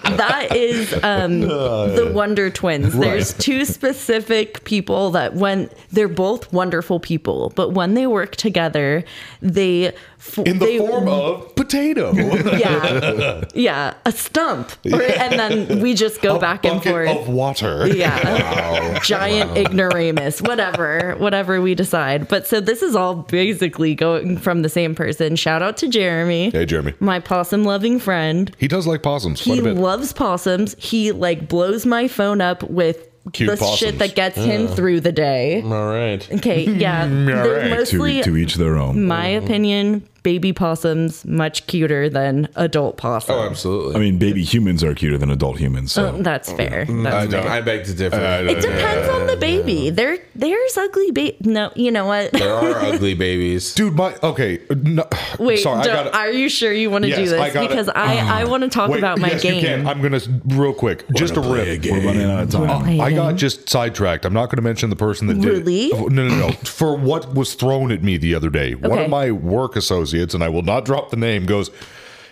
S4: that is um,
S1: Oh,
S4: the Wonder Twins. There's two specific people that when they're both wonderful people, but when they work together, they f-
S1: In the
S4: they-
S1: form of potato.
S4: yeah, yeah, a stump, Or- and then we just go
S1: A
S4: back and
S1: bucket
S4: forth.
S1: of water.
S4: yeah. Giant ignoramus, whatever, whatever we decide. But so this is all basically going from the same person. Shout out to Jeremy,
S1: Hey, Jeremy.
S4: my possum loving friend.
S1: He does like possums
S4: He
S1: quite a bit.
S4: loves possums. He like blows my phone up with
S1: Cute
S4: the
S1: possums.
S4: shit that gets him through the day.
S5: all right.
S4: Okay, yeah. They're
S1: right. Mm.
S4: mostly
S2: to, to each their own.
S4: my opinion, baby possums much cuter than adult
S5: Oh,
S4: possums.
S5: absolutely.
S2: I mean, baby humans are cuter than adult humans. So.
S4: That's fair.
S5: I
S1: Mm,
S4: That's
S5: don't.
S4: fair.
S5: I beg to differ.
S4: It depends on the baby. There, there's ugly baby. No, you know what?
S5: there are ugly babies.
S1: Dude, my okay. No,
S4: Wait,
S1: sorry, I
S4: don't-
S1: gotta,
S4: are you sure you want to do
S1: Yes,
S4: this?
S1: I gotta-
S4: because I, I want to talk
S1: wait,
S4: about my
S1: yes,
S4: game.
S1: You can. I'm gonna s- real quick, just a rip.
S2: We're running out of time.
S1: I got just sidetracked. I'm not going to mention the person that
S4: Really?
S1: did. it. No, no, no. For what was thrown at me the other day, one
S4: Okay.
S1: of my work associates, and I will not drop the name, goes.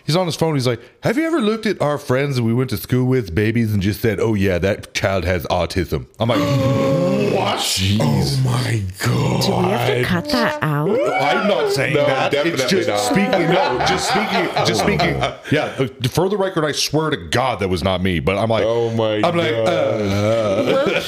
S1: He's on his phone. He's like, "Have you ever looked at our friends that we went to school with, babies, and just said, oh, yeah, that child has autism?'" I'm like, "What?
S5: Oh my god.
S4: Do we have to cut that out?
S1: I'm not saying
S5: Oh, No,
S1: that. It's
S5: definitely
S1: just
S5: not. Oh.
S1: speaking. No, just speaking. Just speaking. Yeah. uh, For the record, I swear to God that was not me. But I'm like,
S5: Oh my
S1: I'm like,
S5: God.
S1: uh,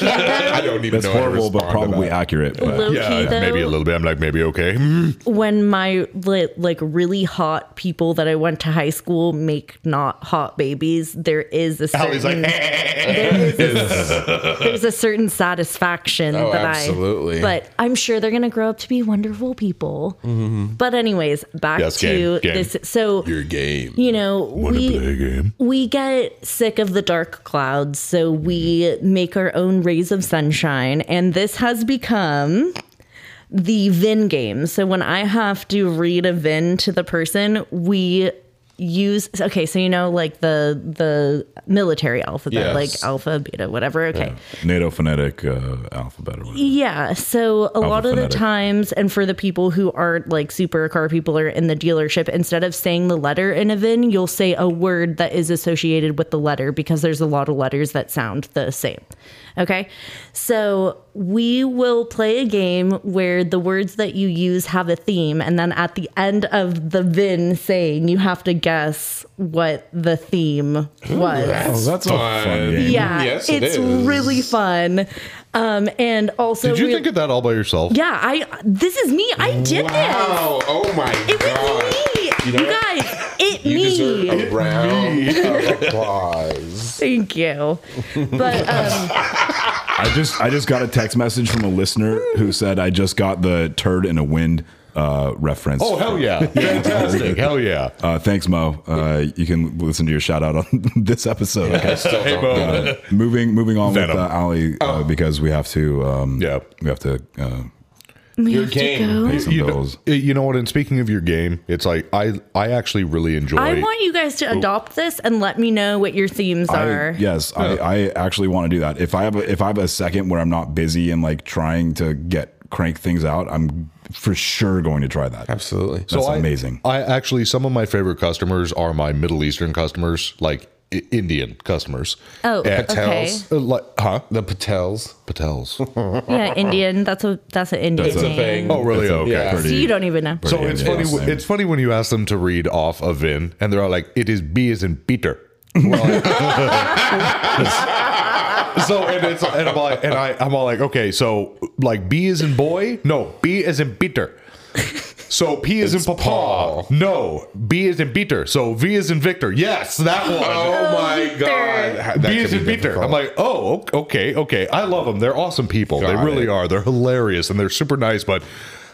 S5: I don't even
S2: That's
S5: know. how to
S2: horrible, but
S5: respond to
S2: probably
S5: that.
S2: accurate. but-
S4: Low
S1: yeah,
S4: key, though,
S1: maybe a little bit. I'm like, maybe okay. Hmm.
S4: when my li- like really hot people that I went to high school make not hot babies, there is a certain
S1: Allie's like, "Eh."
S4: there is a, there's a certain satisfaction
S5: Oh,
S4: that
S5: absolutely.
S4: I but I'm sure they're gonna grow up to be wonderful people. But anyways, back
S1: Yes,
S4: to
S1: game, game.
S4: this. So
S5: your game.
S4: you know we
S1: game.
S4: we get sick of the dark clouds, so we make our own rays of sunshine, and this has become the Vin game. So when I have to read a Vin to the person, we use okay. So you know, like the the military alphabet,
S5: Yes.
S4: like alpha, beta, whatever. Okay,
S2: NATO phonetic uh, alphabet. Or whatever.
S4: yeah. So a lot of the
S2: phonetic.
S4: times, and for the people who aren't like super car people or in the dealership, instead of saying the letter in a VIN, you'll say a word that is associated with the letter because there's a lot of letters that sound the same. Okay. So we will play a game where the words that you use have a theme. And then at the end of the VIN saying, you have to guess what the theme was.
S2: Oh, that's a fun
S5: fun.
S2: game.
S4: Yeah,
S5: Yes, it
S4: it's
S5: is.
S4: really fun. Um, and also,
S1: Did you
S4: we-
S1: think of that all by yourself?
S4: yeah, I. This is me. I did
S5: Wow. Oh my
S4: this. It
S5: god.
S4: was me.
S5: You
S4: You,
S5: know what?
S4: guys, it
S5: You
S4: me.
S5: deserve a round of applause.
S4: Thank you. But um,
S2: I just I just got a text message from a listener who said I just got the turd in a wind uh, reference.
S1: Oh hell yeah! Fantastic! hell yeah!
S2: Uh, thanks, Mo. Uh, you can listen to your shout out on this episode. Okay.
S5: Still
S1: Hey,
S5: don't
S1: Bo.
S5: know.
S2: Uh, moving moving on
S1: Venom. Oh.
S2: with uh, Ali uh, because we have to um,
S1: Yeah.
S2: we have to uh,
S4: we
S5: Your
S4: have to
S5: game.
S4: go.
S2: pay some
S1: You know, eh,
S2: bills.
S1: you know what? And speaking of your game, it's like I I actually really enjoy.
S4: I want you guys to adopt this and let me know what your themes
S2: I,
S4: are.
S2: yes, I, I actually want to do that. If I have a, if I have a second where I'm not busy and like trying to get crank things out, I'm for sure going to try that.
S5: Absolutely.
S2: That's
S1: So I-
S2: amazing.
S1: I actually some of my favorite customers are my Middle Eastern customers, like I- Indian customers.
S4: Oh,
S1: And-
S4: okay.
S5: Patels.
S1: Uh, like, huh?
S5: The Patels.
S1: Patels.
S4: Yeah, Indian. That's a that's an Indian
S2: That's a
S4: name.
S5: thing.
S1: Oh, really?
S2: That's a
S1: Okay.
S5: Yeah.
S2: pretty-
S4: So you don't even know.
S1: So
S2: Yeah,
S1: it's
S2: yeah,
S1: funny.
S2: yeah.
S1: It's funny when you ask them to read off a VIN, and they're all like, "It is B as in Peter." We're all like- so and it's and I'm like, and I I'm all like, okay, so like B is in boy, no, B is in Peter. So P is in
S5: It's
S1: Papa,
S5: Paul.
S1: no, B is in Peter. So V is in Victor. Yes, that one.
S5: Oh my
S4: Peter.
S5: god.
S1: B
S5: That could
S1: is in
S5: be
S1: Peter.
S5: difficult.
S1: I'm like, oh, ok- okay, okay. I love them. They're awesome people. they
S5: Got
S1: really
S5: it.
S1: are. They're hilarious and they're super nice, but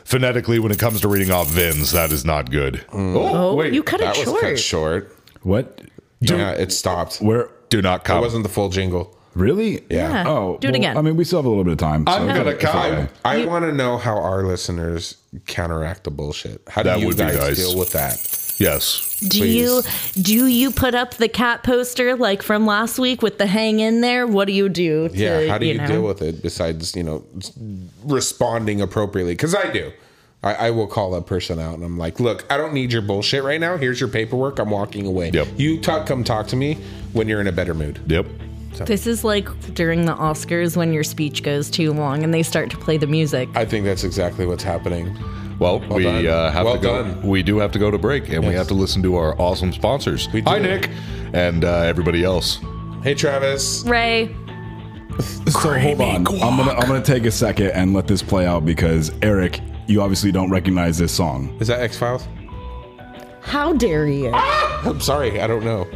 S1: phonetically, when it comes to reading off Vins, that is not good.
S4: Oh, you cut it
S5: that was
S4: short.
S5: cut short.
S2: What?
S5: yeah, it stopped. It
S2: Where?
S1: Do not cop.
S5: wasn't the full jingle.
S2: Really?
S5: Yeah.
S4: Yeah.
S2: Oh,
S4: Do it
S2: well,
S4: again.
S2: I mean, we still have a little bit of time.
S1: I'm
S2: so-
S1: gonna
S5: I,
S1: cop.
S5: I want to know how our listeners counteract the bullshit. How do
S1: That
S5: you
S1: would be
S5: guys
S1: nice.
S5: deal with that?
S1: Yes.
S4: Do you do you put up the cat poster like from last week with the hang in there? What do you do? To,
S5: Yeah, how do you,
S4: know?
S5: deal with it besides you know s- responding appropriately? Because I do. I, I will call that person out and I'm like, look, I don't need your bullshit right now. Here's your paperwork. I'm walking away.
S1: Yep.
S5: You talk, come talk to me when you're in a better mood.
S1: Yep.
S4: This is like during the Oscars when your speech goes too long and they start to play the music.
S5: I think that's exactly what's happening.
S1: Well, we
S5: done.
S1: uh, have
S5: Well
S1: to go.
S5: done.
S1: We do have to go to break, and we have to listen to our awesome sponsors.
S5: We
S1: Hi,
S5: do.
S1: Nick, and uh, everybody else.
S5: Hey, Travis.
S4: Ray,
S2: So hold on. I'm gonna I'm gonna take a second and let this play out because Eric, you obviously don't recognize this song.
S5: Is that X Files?
S4: how dare you?
S5: I'm sorry, I don't know.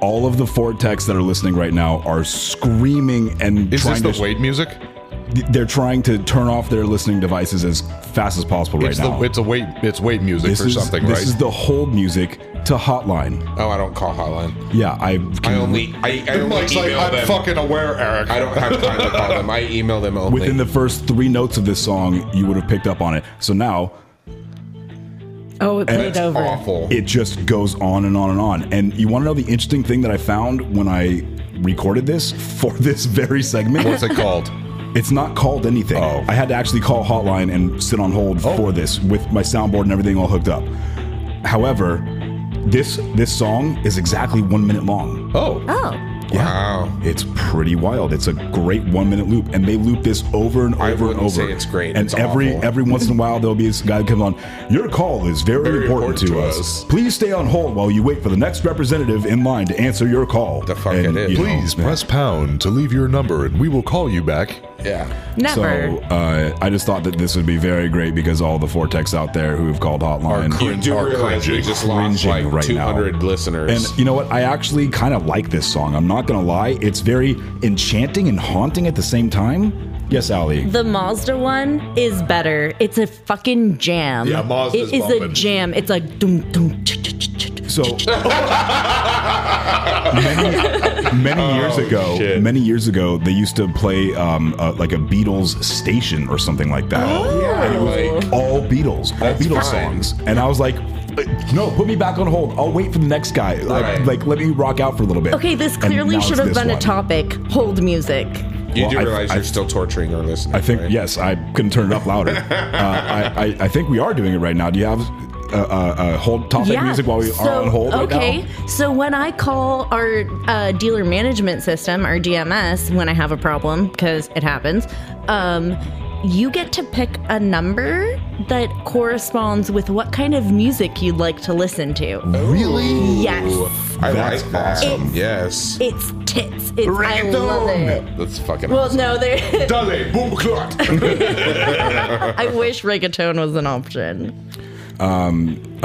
S2: All of the Fort techs that are listening right now are screaming and
S1: Is
S2: trying
S1: this the
S2: to.
S1: Wade music?
S2: th- they're trying to turn off their listening devices as fast as possible right
S1: it's
S2: now.
S1: the it's a wait it's wait music
S2: this
S1: or
S2: is
S1: something,
S2: this
S1: right?
S2: is the hold music to Hotline.
S5: Oh, I don't call hotline.
S2: Yeah, I
S5: I
S2: can,
S5: only I, I only
S1: Mike's like,
S5: email
S1: I'm
S5: them.
S1: fucking aware, Eric.
S5: I don't have time to call them. I email them only.
S2: within the first three notes of this song, you would have picked up on it. So now
S4: Oh, it played
S5: That's
S4: over.
S5: awful.
S2: it just goes on and on and on. And you want to know the interesting thing that I found when I recorded this for this very segment?
S1: What's it called?
S2: It's not called anything.
S1: Oh.
S2: I had to actually call hotline and sit on hold
S5: Oh.
S2: for this with my soundboard and everything all hooked up. However, this this song is exactly one minute long.
S1: Oh,
S4: Oh,
S5: Wow.
S2: It's pretty wild. It's a great one minute loop, and they loop this over and
S5: I
S2: over and over.
S5: wouldn't say it's great.
S2: And
S5: It's
S2: every
S5: awful.
S2: every once in a while, there'll be this guy that comes on. Your call is very, important, to, us. Please stay on hold while you wait for the next representative in line to answer your call.
S5: The fuck
S2: And,
S5: it is.
S2: you know,
S1: please press pound to leave your number, and we will call you back.
S5: Yeah.
S4: never.
S2: So uh, I just thought that this would be very great because all the Vortex out there who have called Hotline.
S1: Are
S5: You
S1: Cringe-
S5: do
S1: are
S5: realize we
S1: cringing-
S5: just lost
S2: cringing
S5: like
S2: right now.
S5: 200
S2: and
S5: listeners.
S2: you know what? I actually kind of like this song. I'm not going to lie. It's very enchanting and haunting at the same time. Yes, Ali.
S4: the Mazda one is better. It's a fucking jam.
S1: Yeah, Mazda's
S4: It is a
S1: bumping.
S4: jam. It's like doom doom. ch- ch- ch- ch-
S2: So many, many years ago,
S5: shit.
S2: many years ago, they used to play um, uh, like a Beatles station or something like that.
S5: yeah, Oh. like,
S2: all Beatles, all
S5: That's
S2: Beatles
S5: fine.
S2: songs. And I was like, no, put me back on hold. I'll wait for the next guy. Like,
S5: Right.
S2: like let me rock out for a little bit.
S4: Okay, this
S2: And now
S4: clearly should
S2: it's
S4: have
S2: this
S4: been a
S2: one.
S4: topic. Hold music.
S5: you
S2: Well,
S5: do
S2: I-
S5: realize
S2: I-
S5: you're still torturing our listeners.
S2: I think
S5: right?
S2: yes, I couldn't turn it up louder. uh, I, I, I think we are doing it right now. Do you have uh, uh, uh, hold topic
S4: yeah.
S2: music while we are
S4: so,
S2: on hold right
S4: okay.
S2: now?
S4: So when I call our uh, dealer management system, our DMS, when I have a problem, because it happens, um, you get to pick a number that corresponds with what kind of music you'd like to listen to.
S2: Really?
S4: Yes.
S5: I
S2: That's
S5: like that.
S4: awesome. It's-
S5: yes.
S4: It's tits. It's I
S1: Reggaeton.
S4: love it.
S5: That's fucking
S4: Well,
S5: awesome.
S4: no, there.
S1: Dale, boom, clot.
S4: I wish reggaeton was an option.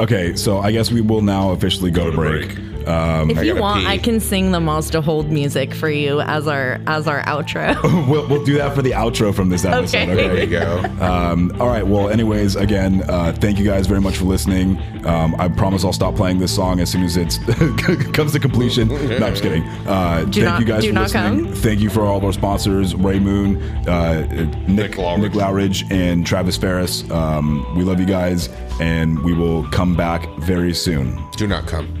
S2: Okay, so I guess we will now officially go, to break.
S4: if you
S5: gotta
S4: want,
S5: pee.
S4: I can sing the Mazda Hold music for you as our as our outro.
S2: we'll, we'll do that for the outro from this episode.
S4: Okay.
S5: There you go.
S2: Um, all right. Well, anyways, again, uh, thank you guys very much for listening. Um, I promise I'll stop playing this song as soon as it comes to completion. No, I'm just kidding. Uh, thank
S4: not-
S2: you guys
S4: do
S2: for
S4: not
S2: listening.
S4: come.
S2: Thank you for all of our sponsors: Ray Moon, uh, Nick,
S1: Nick
S2: Nick,
S1: Lowridge.
S2: Lowridge, and Travis Ferris. Um, we love you guys, and we will come back very soon.
S5: Do not come.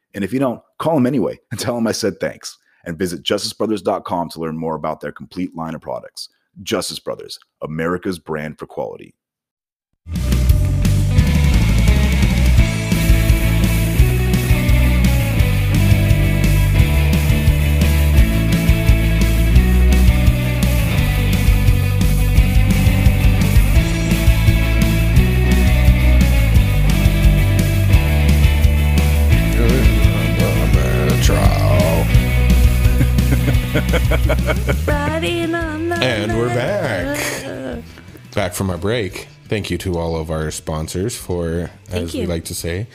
S6: And if you don't, call him anyway and tell him I said thanks. And visit justicebrothers.com to learn more about their complete line of products. Justice Brothers, America's brand for quality.
S4: Riding on the
S5: And we're back. Back from our break. Thank you to all of our sponsors for, as
S4: you.
S5: we like to say,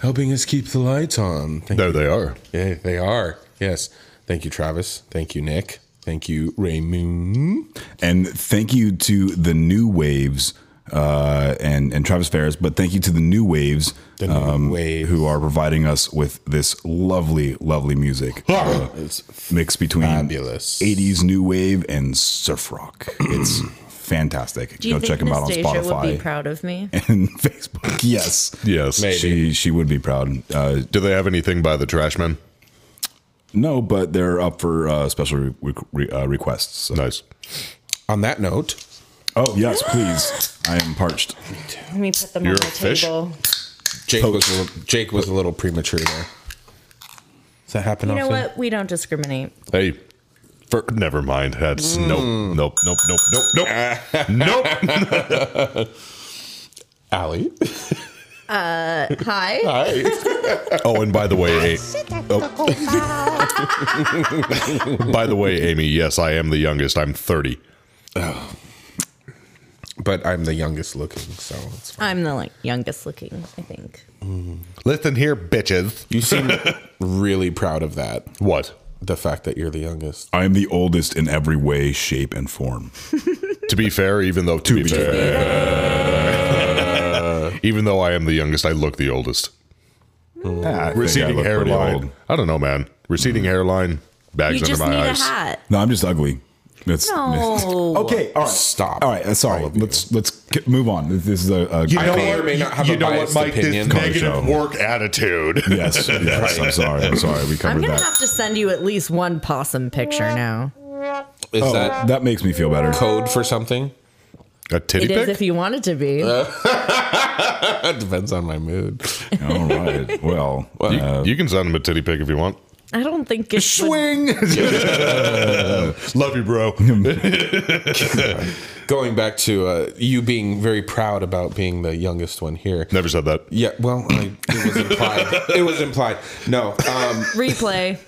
S5: helping us keep the lights on. Thank
S1: There they are.
S5: Yeah, they are. Yes. Thank you, Travis. Thank you, Nick. Thank you, Raymond.
S2: And thank you to the new waves uh, and and Travis Ferris, but thank you to the new waves, um,
S5: The new waves.
S2: who are providing us with this lovely, lovely music uh,
S5: It's
S2: mix between
S5: Fabulous.
S2: 80s new wave and surf rock. It's fantastic.
S4: Do you
S2: Go
S4: think
S2: check them out on
S4: Nastasia would
S2: Spotify
S4: be proud of me?
S2: and Facebook. Yes,
S1: Yes.
S5: Maybe.
S2: she she would be proud. Uh,
S1: Do they have anything by the Trashmen?
S2: no, but they're up for uh, special re- re- uh, requests. So.
S1: Nice.
S5: on that note,
S2: Oh yes, please. I am parched.
S4: Let me put them
S1: You're
S4: on
S1: a
S4: the
S1: fish?
S4: table.
S5: Jake was a little, Jake was a little premature there. Does that happen
S4: You know
S5: often?
S4: what? We don't discriminate.
S1: Hey, for, never mind. That's nope, nope, nope, nope, nope, nope, nope.
S5: Allie.
S4: Hi.
S5: Hi.
S1: Oh, and by the way, A- Oh. by the way, Amy, yes, I am the youngest. I'm 30.
S5: but I'm the youngest looking, so it's fine.
S4: I'm the like youngest looking, I think.
S1: Listen here, bitches.
S5: You seem really proud of that.
S1: What?
S5: The fact that you're the youngest.
S2: I am the oldest in every way, shape, and form.
S1: To be fair, even though to, be, fair, even though I am the youngest, I look the oldest.
S2: Ah, I think I
S1: Receding
S2: look pretty
S1: hairline.
S2: old.
S1: I don't know, man. Receding hairline, bags
S4: You
S1: under
S4: just need
S1: my
S4: a
S1: eyes.
S4: hat.
S2: No, I'm just ugly. That's
S4: No.
S2: okay. All right,
S5: Stop.
S2: All right, uh, sorry. Let's let's get, move on. This is a, a
S1: You know
S5: may or
S1: what?
S5: may
S1: You-
S5: not have
S1: you
S5: a
S1: know what,
S5: biased
S1: Mike? This
S5: opinion.
S2: Car
S1: negative
S2: show.
S1: work attitude.
S2: yes, yes. I'm sorry. I'm sorry. We
S4: I'm
S2: covered
S4: gonna
S2: that.
S4: have to send you at least one possum picture now.
S5: Is
S2: oh,
S5: that
S2: that, makes me feel better.
S5: code for something?
S1: A titty
S4: It is
S1: pic?
S4: if you want it to be.
S5: That depends on my mood.
S2: All right. Well,
S1: You,
S4: Uh,
S1: you can send him a titty pic if you want.
S4: I don't think it would.
S1: Love you, bro.
S5: Going back to uh, you being very proud about being the youngest one here.
S1: Never said that.
S5: Yeah, well, I, it was implied. it was implied. No. Um,
S4: replay.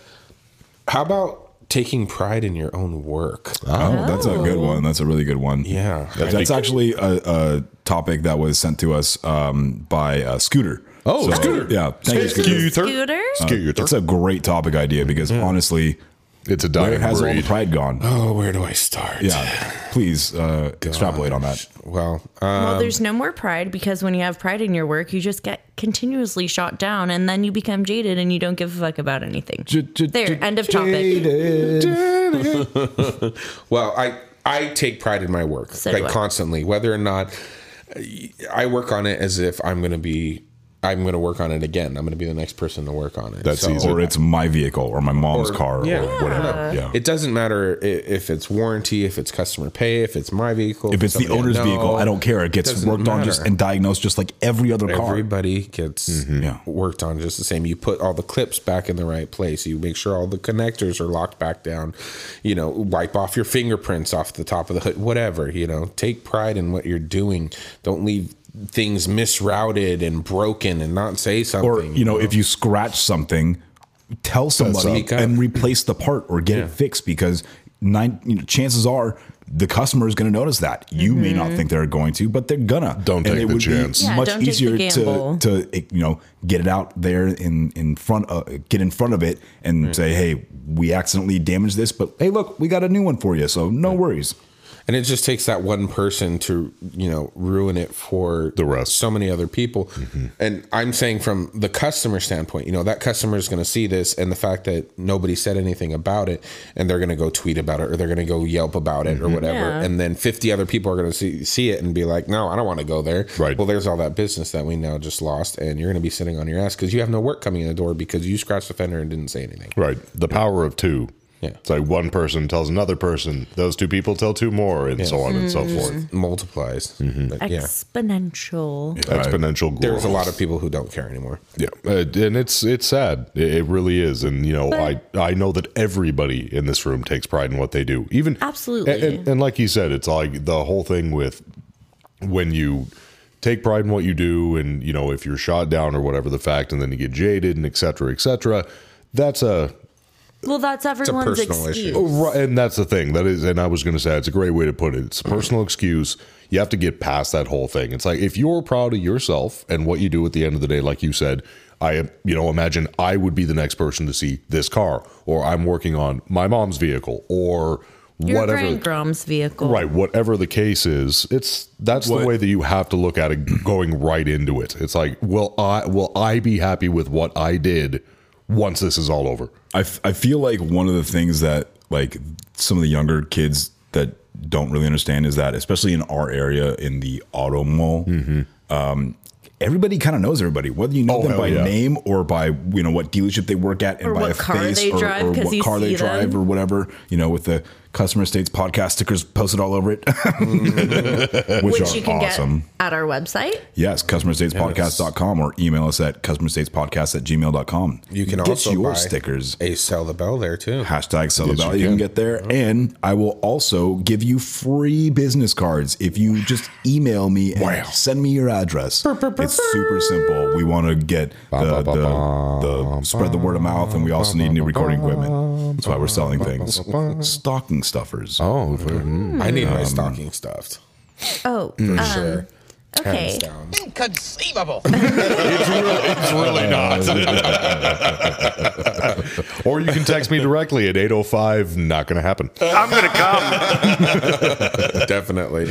S5: how about taking pride in your own work?
S2: oh, that's a good
S4: Oh.
S2: one. That's a really good one.
S5: Yeah.
S2: That's, that's actually a, a topic that was sent to us um, by uh, Scooter.
S1: Oh, Scooter.
S2: Yeah. Thank you, Scooter.
S4: Scooter?
S1: Scooter.
S2: That's a great topic idea because honestly,
S1: It's a
S2: where
S1: dying
S2: has all the
S1: breed.
S2: pride gone?
S5: Oh, where do I start?
S2: Yeah. Please uh, extrapolate on that.
S5: Well, uh,
S4: Well, there's no more pride because when you have pride in your work, you just get continuously shot down and then you become jaded and you don't give a fuck about anything. There, end of topic.
S5: well, I I take pride in my work
S4: So do
S5: like
S4: I.
S5: constantly, whether or not uh, I work on it as if I'm going to be. I'm going to work on it again. I'm going to be the next person to work on it.
S1: That's easy.
S2: Or it's my vehicle or my mom's
S5: Or-
S2: car
S5: yeah.
S2: or whatever. Yeah.
S5: It doesn't matter i- if it's warranty, if it's customer pay, if it's my vehicle.
S2: if it's the
S5: somebody
S2: owner's
S5: know.
S2: vehicle, I don't care. It gets
S5: Doesn't
S2: worked on just
S5: matter.
S2: and diagnosed just like every other car. Mm-hmm.
S5: Everybody gets
S2: Yeah.
S5: worked on just the same. You put all the clips back in the right place. You make sure all the connectors are locked back down. You know, wipe off your fingerprints off the top of the hood, whatever. You know, take pride in what you're doing. Don't leave things misrouted and broken and not say something.
S2: or you know, if you scratch something, tell somebody
S5: Speak up.
S2: and replace the part or get it fixed because nine you know, chances are the customer is going to notice that. You may not think they're going to, but they're gonna.
S1: Don't take the chance.
S2: Be
S4: Mm-hmm. Yeah,
S2: much
S4: don't take the
S2: easier
S4: gamble.
S2: to to eh, you know get it out there in in front of get in front of it and say, hey, we accidentally damaged this, but hey, look, we got a new one for you, so no worries.
S5: And it just takes that one person to, you know, ruin it for the
S1: rest. Mm-hmm.
S5: So many other people. And I'm saying from the customer standpoint, you know, that customer is going to see this and the fact that nobody said anything about it and they're going to go tweet about it or they're going to go Yelp about it
S1: Mm-hmm.
S5: or whatever.
S4: Yeah.
S5: And then 50 other people are going to see, see it and be like, no, I don't want to go there.
S1: Right.
S5: Well, there's all that business that we now just lost. And you're going to be sitting on your ass because you have no work coming in the door because you scratched the fender and didn't say anything.
S1: Right. The power of two.
S5: Yeah.
S1: It's like one person tells another person, those two people tell two more, and so on and so forth.
S5: Multiplies.
S1: Mm-hmm.
S5: But yeah.
S4: Exponential.
S2: Mm-hmm.
S1: Exponential growth.
S5: There's a lot of people who don't care anymore.
S1: Yeah, uh, and it's it's sad. It, it really is, and you know, I I know that everybody in this room takes pride in what they do. Even
S4: Absolutely.
S1: and, and, and like you said, it's like the whole thing with when you take pride in what you do, and you know, if you're shot down or whatever the fact, and then you get jaded and et cetera, et cetera. That's a
S4: Well, that's everyone's
S5: personal
S4: excuse.
S5: issue.
S1: Right, and that's the thing. That is, and I was going to say it's a great way to put it. It's a personal
S4: Mm-hmm.
S1: excuse. You have to get past that whole thing. It's like if you're proud of yourself and what you do at the end of the day, like you said, I am, you know, imagine I would be the next person to see this car, or I'm working on my mom's vehicle, or
S4: Your
S1: whatever.
S4: Grand Grom's vehicle.
S1: Right, whatever the case is, it's that's
S2: What-
S1: the way that you have to look at it going right into it. It's like, will I will I be happy with what I did once this is all over?
S2: I, f- I feel like one of the things that like some of the younger kids that don't really understand is that especially in our area in the auto mall um, everybody kind of knows everybody whether you know
S1: Oh,
S2: them
S1: hell
S2: by
S1: yeah.
S2: name or by you know what dealership they work at and
S4: Or
S2: by
S4: what
S2: a
S4: car
S2: face
S4: they
S2: or,
S4: drive,
S2: or
S4: 'cause
S2: what
S4: you
S2: car they
S4: see
S2: drive
S4: them.
S2: or whatever you know with the customer estates podcast stickers posted all over it which,
S4: Which
S2: are
S4: you can
S2: awesome
S4: get at our website.
S2: yes customerstatespodcast.com or email us at customerstatespodcast at gmail.com
S5: You can
S2: get
S5: also
S2: your
S5: buy
S2: stickers
S5: a sell the bell there too.
S2: Hashtag sell the bell. You can get there. And I will also give you free business cards if you just email me and send me your address. It's super simple. We want to get the, the, the spread the word of mouth, and we also need new recording equipment. That's why we're selling things. Stocking stuffers.
S1: Oh,
S5: I need my stocking stuffed.
S4: Oh, um,
S5: Sure.
S4: okay.
S5: Hands down.
S7: Inconceivable.
S1: It's really, it's really not. or you can text me directly at 805. Not going to happen.
S8: I'm gonna come.
S5: Definitely.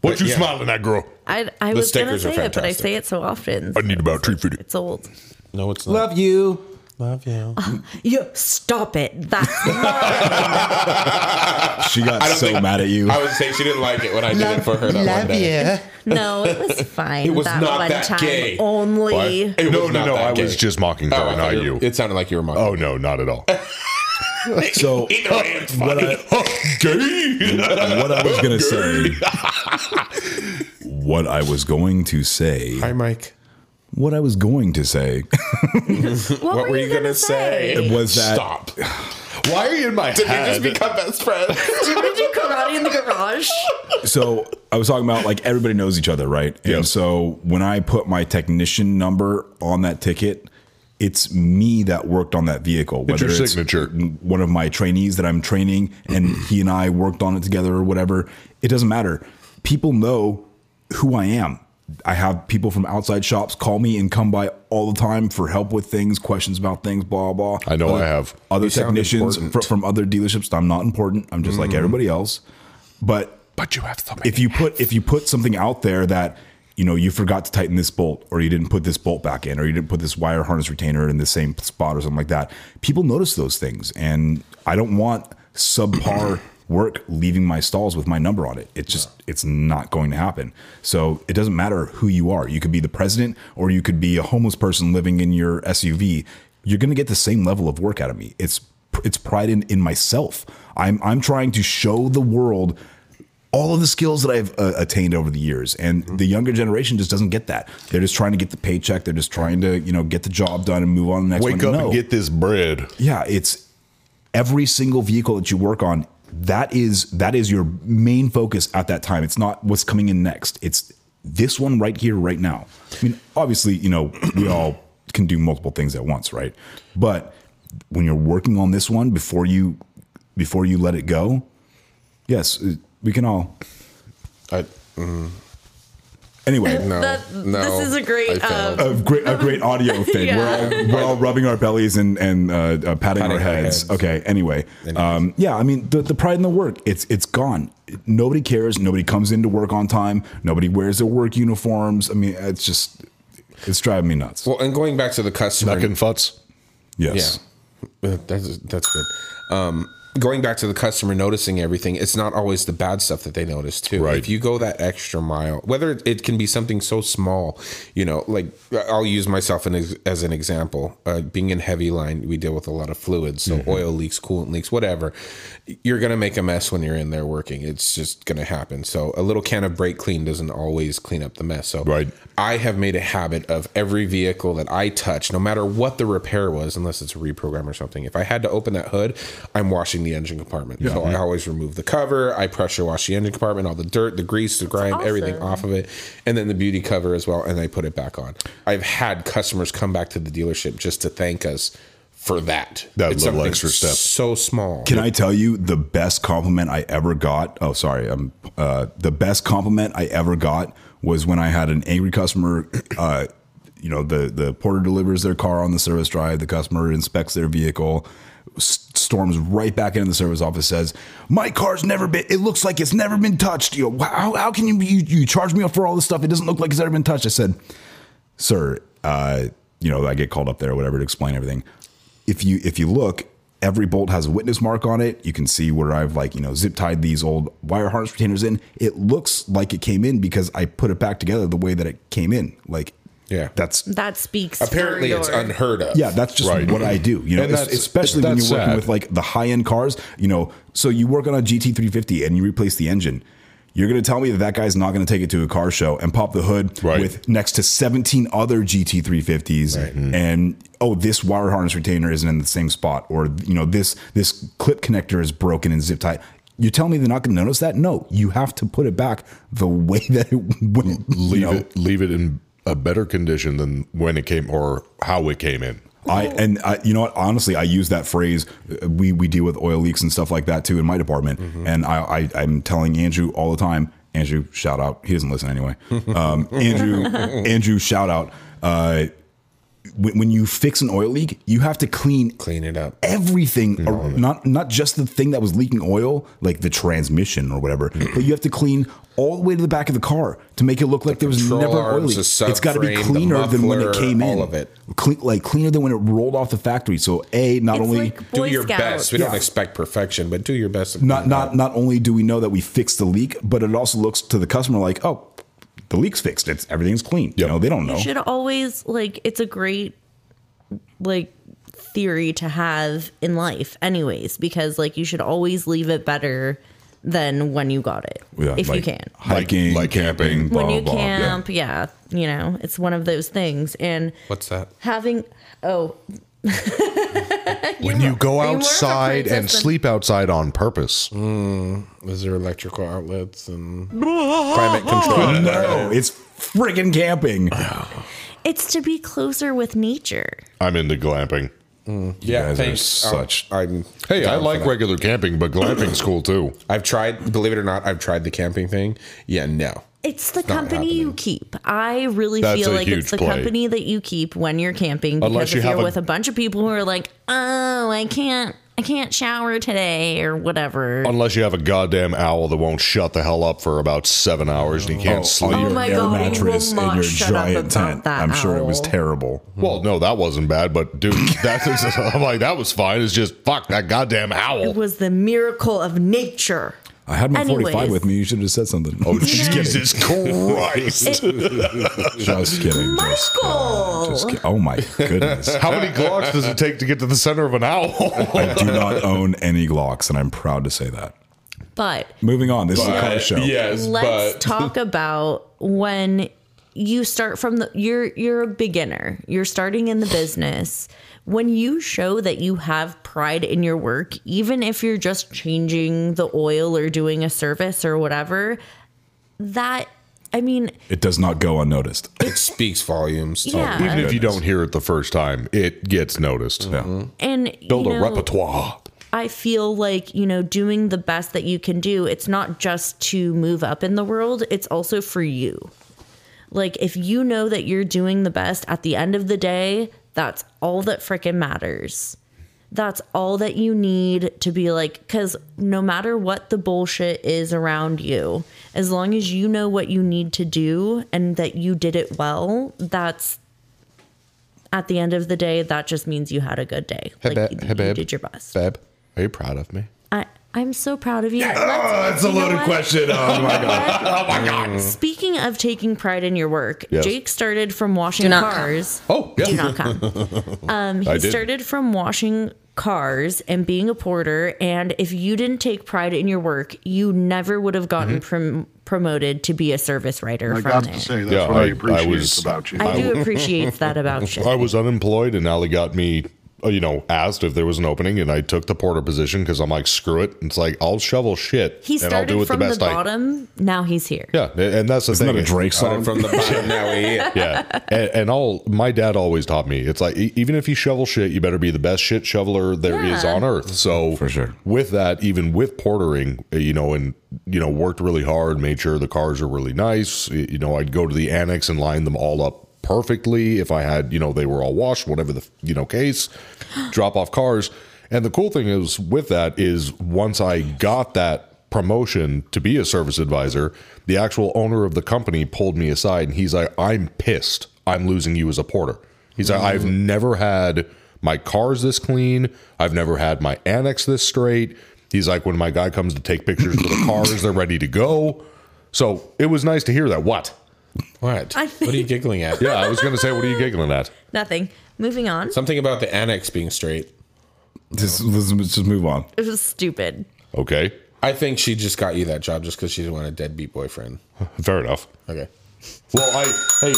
S1: What you smiling at, girl?
S4: I, I was going to
S5: stickers are
S4: say it, but I
S5: fantastic.
S4: say it so often.
S1: I need about 350.
S4: It's old.
S5: No, it's not. Love you. Love you.
S4: You stop it. That's mine.
S2: She got so mad at you.
S5: I would say she didn't like it when I did it for her that one day.
S4: no, it was fine.
S5: It was
S4: that
S5: not
S4: one
S5: that
S4: time
S5: gay.
S4: only.
S5: What? It
S1: No,
S5: was
S1: no,
S5: not
S1: no.
S5: that
S1: I
S5: gay.
S1: was just mocking her,
S5: Oh, I thought
S1: not
S5: you
S1: you.
S5: were- It sounded like you were mocking.
S1: Oh, no, not at all.
S2: So what I,
S1: Gay?
S2: what I was gonna say, what I was going to say,
S5: Hi, Mike.
S2: what I was going to say
S4: what,
S5: What were you
S4: gonna
S5: gonna say?
S2: was that
S5: Stop.
S1: Why are you in my
S5: Did we just
S1: head?
S5: become best friends?
S4: Did we do karate in the garage?
S2: so I was talking about like everybody knows each other, right?
S1: Yeah.
S2: And so when I put my technician number on that ticket, it's me that worked on that vehicle. Whether
S1: your signature. Mm-hmm.
S2: one of my trainees that I'm training, and he and I worked on it together or whatever. It doesn't matter. People know who I am. I have people from outside shops call me and come by all the time for help with things, questions about things, blah blah.
S1: I know
S2: Other-
S1: I have.
S2: other
S5: You sound
S2: technicians fr-
S5: important.
S2: from other dealerships. I'm not important. I'm just
S1: Mm-hmm.
S2: like everybody else. But
S1: But you have so many.
S2: if you put if you put something out there that you know you forgot to tighten this bolt or you didn't put this bolt back in or you didn't put this wire harness retainer in the same spot or something like that people notice those things and i don't want subpar work leaving my stalls with my number on it it's just it's not going to happen so it doesn't matter who you are you could be the president or you could be a homeless person living in your suv you're going to get the same level of work out of me it's it's pride in, in myself i'm i'm trying to show the world all of the skills that I've uh, attained over the years, and
S1: Mm-hmm.
S2: the younger generation just doesn't get that. They're just trying to get the paycheck. They're just trying to, you know, get the job done and move on to the next
S1: Wake
S2: one.
S1: up
S2: No.
S1: and get this bread.
S2: yeah, it's every single vehicle that you work on. That is that is your main focus at that time. It's not what's coming in next. It's this one right here, right now. I mean, obviously, you know, we all can do multiple things at once, right? But when you're working on this one before you before you let it go, yes, uh, we can all.
S5: I,
S2: Anyway,
S5: no,
S4: That-
S5: no.
S4: this is a great, um,
S5: I failed.
S2: a great a great audio thing. We're all we're all rubbing our bellies and and uh, uh, patting, our
S5: our
S2: heads.
S5: heads.
S2: Okay. Anyway, um, yeah. I mean, the, the pride in the work it's it's gone. Nobody cares. Nobody comes into work on time. Nobody wears their work uniforms. I mean, it's just it's driving me nuts.
S5: well, and going back to the customer.
S1: Fucking futz.
S2: yes.
S5: Yeah, Uh, that's that's good. Um, going back to the customer noticing everything, it's not always the bad stuff that they notice too.
S1: Right.
S5: If you go that extra mile, whether it can be something so small, you know, like I'll use myself in, as- as an example. Uh, being in heavy line, we deal with a lot of fluids, so
S1: Mm-hmm.
S5: oil leaks, coolant leaks, whatever. You're gonna make a mess when you're in there working. It's just gonna happen. So a little can of brake clean doesn't always clean up the mess. So
S1: Right.
S5: I have made a habit of every vehicle that I touch, no matter what the repair was, unless it's a reprogram or something. If I had to open that hood, I'm washing the engine compartment. So
S2: Mm-hmm.
S5: I always remove the cover, I pressure wash the engine compartment, all the dirt, the grease, the grime, everything
S4: awesome.
S5: off of it, and then the beauty cover as well, and I put it back on. I've had customers come back to the dealership just to thank us for that.
S1: That little
S5: something
S1: extra step.
S5: So small.
S2: Can I tell you the best compliment I ever got? Oh, sorry. Um, uh, the best compliment I ever got was when I had an angry customer. Uh, you know, the the porter delivers their car on the service drive. The customer inspects their vehicle, s- storms right back into the service office, says, "My car's never been. It looks like it's never been touched. You know, how, how can you, you you charge me up for all this stuff? It doesn't look like it's ever been touched." I said, sir, uh, you know, I get called up there or whatever to explain everything. If you if you look, every bolt has a witness mark on it. You can see where I've like, you know, zip tied these old wire harness retainers in. It looks like it came in because I put it back together the way that it came in. Like
S5: Yeah.
S2: That's
S4: That speaks.
S5: Apparently,
S4: for
S5: it's
S4: your-
S5: unheard of.
S2: yeah, that's just
S1: Right.
S2: what I do. You know,
S1: And
S2: es-
S1: that's-
S2: especially when
S1: that's
S2: you're working
S1: sad.
S2: with like the high end cars. You know, so you work on a GT350 and you replace the engine. You're going to tell me that that guy's not going to take it to a car show and pop the hood
S1: Right.
S2: with next to 17 other GT350s
S1: Mm.
S2: and oh this wire harness retainer isn't in the same spot or you know this this clip connector is broken and zip tied. You're telling me they're not going to notice that? No, you have to put it back the way that it went. you
S1: leave
S2: know?
S1: it leave it in a better condition than when it came or how it came in.
S2: I and I, you know what? Honestly, I use that phrase. uh, We we deal with oil leaks and stuff like that too in my department, and I, I I'm telling Andrew all the time. Andrew, shout out. He doesn't listen anyway. Um, Andrew, Andrew, shout out. Uh, when, when you fix an oil leak, you have to clean
S5: Clean it up.
S2: everything or not not just the thing that was leaking oil like the transmission or whatever
S5: Hmm.
S2: but you have to clean all the way to the back of the car to make it look like there was
S5: control
S2: never an oil
S5: arms,
S2: leak.
S5: the
S2: it's got to be
S5: subframe, the
S2: cleaner than when it
S5: muffler,
S2: came in
S5: all of it.
S2: Cle- like cleaner than when it rolled off the factory so a not
S4: It's
S2: only
S4: like
S5: Do
S4: Boy
S5: your
S4: Scout.
S5: best. We
S2: Yeah.
S5: don't expect perfection, but do your best. to
S2: not
S5: clean it
S2: not
S5: up.
S2: not only do we know that we fixed the leak but it also looks to the customer like oh the leak's fixed it's everything's clean you
S1: Yep.
S2: know they don't know
S4: You should always like it's a great like theory to have in life anyways because like you should always leave it better than when you got it
S2: Yeah,
S4: if you
S2: like
S4: can
S2: hiking
S1: Like- like camping.
S2: blah,
S4: when you
S2: blah, blah. Yeah.
S4: camp yeah. you know it's one of those things and
S5: What's that?
S4: having oh
S1: When you go
S4: you were a
S1: outside and
S4: princess.
S1: sleep outside on purpose.
S5: Is there electrical outlets and climate control?
S2: oh, no it's friggin camping
S4: it's to be closer with nature
S1: I'm into glamping.
S5: Yeah,
S2: guys are
S5: thanks. I'll-
S2: such-
S5: I'm
S1: Hey, I
S5: down for
S1: like
S5: that.
S1: regular camping, but glamping's cool too.
S5: I've tried. Believe it or not, I've tried the camping thing. Yeah, no.
S4: it's the company you keep. I really
S1: That's
S4: feel
S1: a
S4: like it's
S1: huge
S4: the
S1: play.
S4: company that you keep when you're camping. Because
S1: Unless you
S4: if you're
S1: have a-
S4: with a bunch of people who are like, oh, I can't, I can't shower today or whatever.
S1: Unless you have a goddamn owl that won't shut the hell up for about seven hours and you can't sleep.
S4: Oh my God, we will not shut up about that
S2: I'm sure it was
S4: owl.
S2: terrible.
S1: Well, no, that wasn't bad, but dude, that's I'm like that was fine. It's just fuck that goddamn
S4: it
S1: owl.
S4: was the miracle of nature.
S2: I had my 45
S4: Anyways.
S2: with me. You should have said something.
S1: Oh Jesus Christ!
S2: just kidding. Just,
S4: Michael!
S2: just kidding. Oh my goodness.
S1: How many glocks does it take to get to the center of an owl?
S2: I do not own any Glocks, and I'm proud to say that.
S4: But
S2: Moving on. This is a car show.
S5: Yes,
S4: let's
S5: but
S4: talk about when you start from the you're you're a beginner you're starting in the business when you show that you have pride in your work even if you're just changing the oil or doing a service or whatever that i mean
S2: It does not go unnoticed.
S5: it speaks volumes.
S4: yeah
S1: Oh, Even if you don't hear it the first time, it gets noticed.
S4: and
S1: Build
S4: you
S1: a
S4: know,
S1: repertoire.
S4: I feel like, you know, doing the best that you can do, it's not just to move up in the world, it's also for you. Like, if you know that you're doing the best at the end of the day, that's all that freaking matters. That's all that you need to be like, because no matter what the bullshit is around you, as long as you know what you need to do and that you did it well, that's at the end of the day, that just means you had a good day. Like,
S1: ba-
S4: you,
S1: hey,
S4: you
S1: babe.
S4: did your best.
S1: Feb, are you proud of me?
S4: I, I'm so proud of you.
S1: oh,
S2: that's
S4: Let's- you know what?
S2: Oh my god.
S1: Mm.
S4: Speaking of taking pride in your work,
S1: Yes.
S4: Jake started from washing
S7: Do not
S4: cars.
S1: Oh, yeah.
S4: Do not come. Um, he
S1: did.
S4: started from washing cars and being a porter. And if you didn't take pride in your work, you never would have gotten
S1: Mm-hmm.
S4: prom- promoted to be a service writer
S8: I
S4: from
S8: got to
S4: it.
S8: say that's
S1: Yeah,
S8: what
S1: I-
S8: I,
S1: I
S8: appreciate
S1: was-
S8: about you.
S4: I do appreciate that about you.
S1: I was unemployed, and Ali got me uh, you know, asked if there was an opening, and I took the porter position because I'm like, screw it. It's like I'll shovel shit
S4: He
S1: and I'll
S4: started
S1: do it
S4: from
S1: the
S4: the,
S1: best I.
S4: bottom. Now he's here.
S1: Yeah, and- and that's the
S2: Isn't
S1: thing.
S2: that a Drake
S5: Started
S2: song?
S5: from the bottom. now we here.
S1: yeah, and, and all my dad always taught me. It's like e- even if you shovel shit, you better be the best shit shoveler there is
S4: Yeah.
S1: on earth. So
S2: For sure.
S1: with that, even with portering, uh, you know, and you know, worked really hard, made sure the cars are really nice. Y- You know, I'd go to the annex and line them all up perfectly if I had, you know, they were all washed, whatever the f- you know case. drop off cars, and the cool thing is with that is once I got that promotion to be a service advisor, the actual owner of the company pulled me aside and he's like, I'm pissed. I'm losing you as a porter. He's like, I've
S5: Mm.
S1: never had my cars this clean. I've never had my annex this straight. He's like, when my guy comes to take pictures of the cars, they're ready to go. So it was nice to hear that. What?
S5: What?
S4: I
S5: What are you
S4: think-
S5: giggling at?
S1: Yeah, I was going to say, what are you giggling at?
S4: Nothing. Moving on.
S5: Something about the annex being straight.
S2: Just, let's, let's just move on.
S4: It was stupid.
S1: Okay,
S5: I think she just got you that job just because she didn't want a deadbeat boyfriend.
S1: fair enough.
S5: Okay.
S1: Well, I, hey,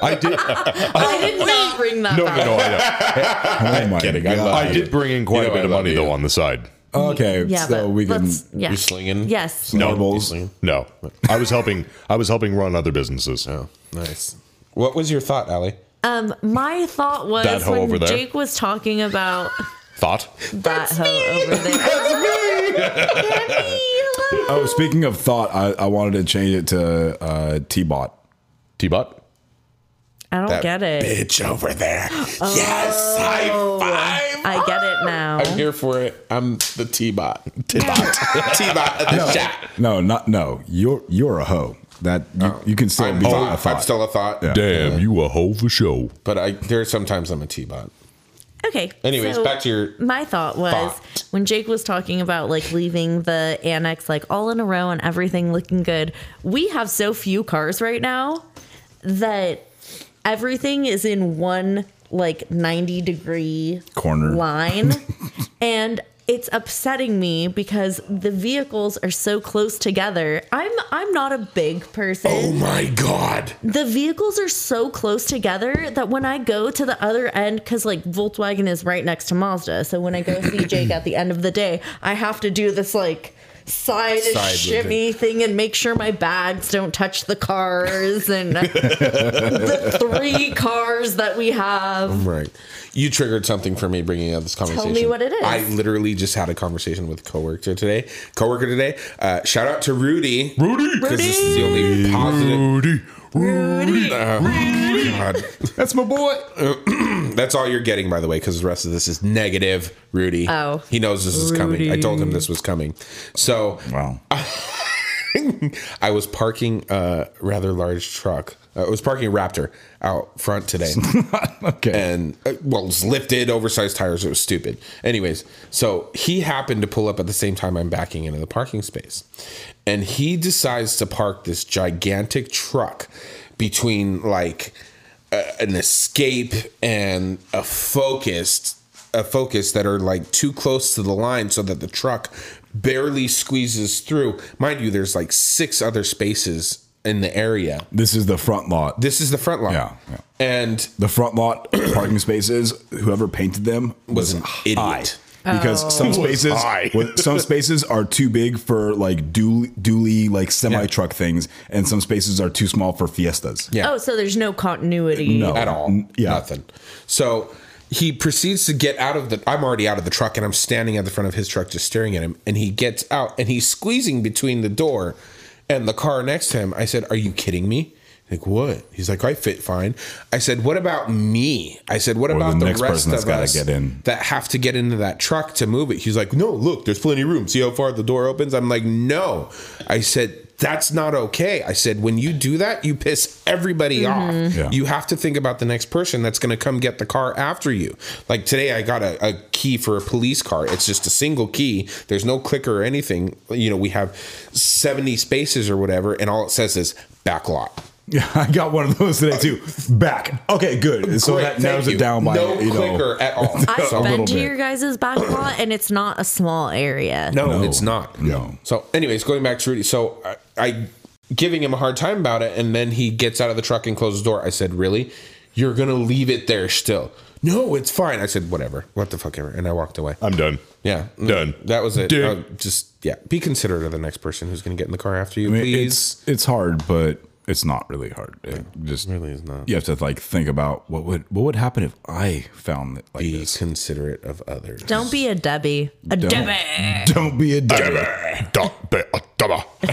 S1: I did.
S4: I did not bring that
S1: No,
S4: up.
S1: no, no. I know.
S2: Oh my
S5: kidding. I
S2: god!
S5: love
S1: I did bring in quite
S5: You know
S1: a bit
S5: I
S1: of
S5: love
S1: money
S5: you.
S1: though on the side.
S2: Okay,
S4: Yeah,
S2: so
S4: but
S2: we can.
S4: let's, yeah.
S5: You slinging?
S4: Yes.
S1: No.
S2: Marbles.
S1: No, I was helping. I was helping run other businesses.
S5: Oh, nice. What was your thought, Allie?
S4: Um, my thought
S1: That
S4: was
S1: hoe
S4: when
S1: over there.
S4: Jake was talking about
S1: Thought.
S4: that hoe over there. Hello.
S2: Oh, speaking of thought, I, I wanted to change it to uh, T-Bot.
S1: T bot.
S4: I don't
S5: That
S4: get it.
S5: Bitch over there. Yes,
S4: Oh.
S5: high five.
S4: I get it now.
S5: I'm here for it. I'm the T bot. T bot. T bot of the chat.
S2: No, not no. You're you're a hoe. That you, you can still
S5: Oh. I'm,
S2: be
S5: thought.
S2: a thought.
S5: I'm still a thought.
S1: Damn, you a hoe for show.
S5: But I there are sometimes I'm a T bot.
S4: Okay.
S5: Anyways, back to your
S4: My thought was
S5: thought.
S4: when Jake was talking about like leaving the annex like all in a row and everything looking good. We have so few cars right now that everything is in one like 90 degree
S2: Corner.
S4: line and it's upsetting me because the vehicles are so close together. I'm I'm not a big person
S5: Oh
S2: Oh
S5: my god.
S4: the vehicles are so close together that when I go to the other end, because like Volkswagen is right next to Mazda, so when I go see Jake at the end of the day, I have to do this like side,
S5: Side
S4: and shimmy thing and make sure my bags don't touch the cars and the three cars that we have.
S5: Right. You triggered something for me bringing up this conversation.
S4: me what it is.
S5: I literally just had a conversation with a coworker today. Coworker today. Uh, shout out to Rudy.
S1: Rudy.
S5: Because this is the only positive. Uh,
S1: Rudy.
S5: God.
S2: That's my boy.
S5: That's all you're getting, by the way, because the rest of this is negative, Rudy.
S4: Oh.
S5: He knows this is coming. I told him this was coming. So
S2: Wow.
S5: I was parking a rather large truck. Uh, I was parking a Raptor out front today.
S2: okay.
S5: and uh, well, it was lifted, oversized tires. It was stupid. Anyways, so he happened to pull up at the same time I'm backing into the parking space, and he decides to park this gigantic truck between like a, an escape and a focused a focus that are like too close to the line so that the truck barely squeezes through mind you there's like six other spaces in the area
S2: This is the front lot.
S5: this is the front line
S2: Yeah, yeah.
S5: and
S2: the front lot parking spaces. Whoever painted them was
S5: was an idiot
S2: high. Because some spaces,
S1: high.
S2: with- some spaces are too big for like dually, dually like semi truck things, and some spaces are too small for fiestas.
S5: Yeah.
S4: Oh, so there's no continuity.
S2: No.
S5: at all.
S2: N- yeah.
S5: Nothing. So he proceeds to get out of the I'm already out of the truck and I'm standing at the front of his truck just staring at him and he gets out and he's squeezing between the door and the car next to him. I said, "Are you kidding me?" Like what? He's like, I fit fine. I said, What about me? I said, What about
S2: the
S5: the,
S2: next
S5: rest
S2: person
S5: of
S2: that's gotta
S5: us
S2: get in.
S5: that have to get into that truck to move it? He's like, No, look, there's plenty of room. See how far the door opens? I'm like, No. I said, That's not okay. I said, When you do that, you piss everybody off.
S2: Yeah.
S5: You have to think about the next person that's going to come get the car after you. Like today, I got a, a key for a police car. It's just a single key. There's no clicker or anything. You know, we have 70 spaces or whatever, and all it says is back lot.
S2: Yeah, I got one of those today too. Back. Okay, good. So
S5: Great,
S2: that
S5: thank
S2: narrows
S5: you.
S2: it down by
S5: no
S2: you know.
S5: clicker at all.
S4: I've
S2: A little
S4: been to
S2: bit.
S4: your guys' back lot and it's not a small area.
S5: No, it's not.
S2: No.
S5: So, anyways, going back to Rudy. So, I, I giving him a hard time about it, and then he gets out of the truck and closes the door. I said, "Really? You're gonna leave it there still? no, it's fine. I said, whatever. What the fuck ever. And I walked away.
S1: I'm done.
S5: Yeah.
S1: Uh,
S5: Mm,
S1: Done.
S5: That was it.
S1: Dick.
S5: Uh, just, yeah. Be considerate of the next person who's going to get in the car after you,
S2: I mean,
S5: please.
S2: It's, it's hard, but it's not really hard. It just really is not. You have to like think about what would what would happen if I found it like
S5: Be
S2: this.
S5: considerate of others.
S4: Don't be a Debbie. A Debbie.
S2: Don't be a dick.
S1: Don't be a dumber.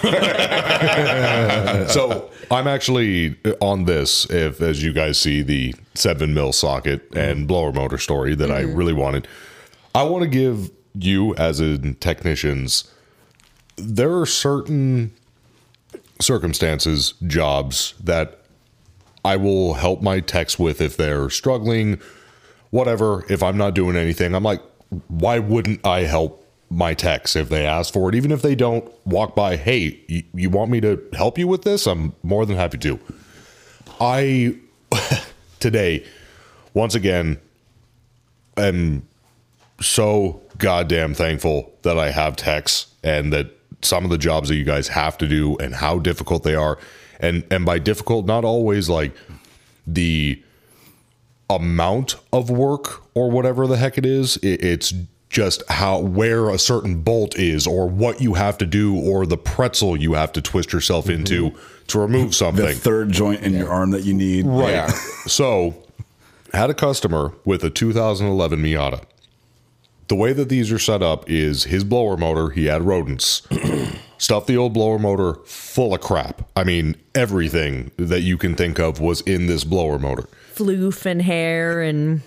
S1: so I'm actually on this. If as you guys see the seven mil socket and blower motor story that I really wanted, I want to give you as in technicians. There are certain circumstances, jobs that I will help my techs with if they're struggling, whatever. If I'm not doing anything, I'm like, why wouldn't I help my techs if they ask for it? Even if they don't walk by, hey, you, you want me to help you with this? I'm more than happy to. I, today, once again, am so goddamn thankful that I have techs and that some of the jobs that you guys have to do and how difficult they are. And and by difficult, not always like the amount of work or whatever the heck it is. It, it's just how where a certain bolt is or what you have to do or the pretzel you have to twist yourself into to remove something.
S2: The third joint in your arm that you need. Right.
S5: Yeah.
S1: So, had a customer with a 2011 Miata. The way that these are set up is his blower motor, he had rodents. Stuffed the old blower motor full of crap. I mean, everything that you can think of was in this blower motor.
S4: Floof and hair and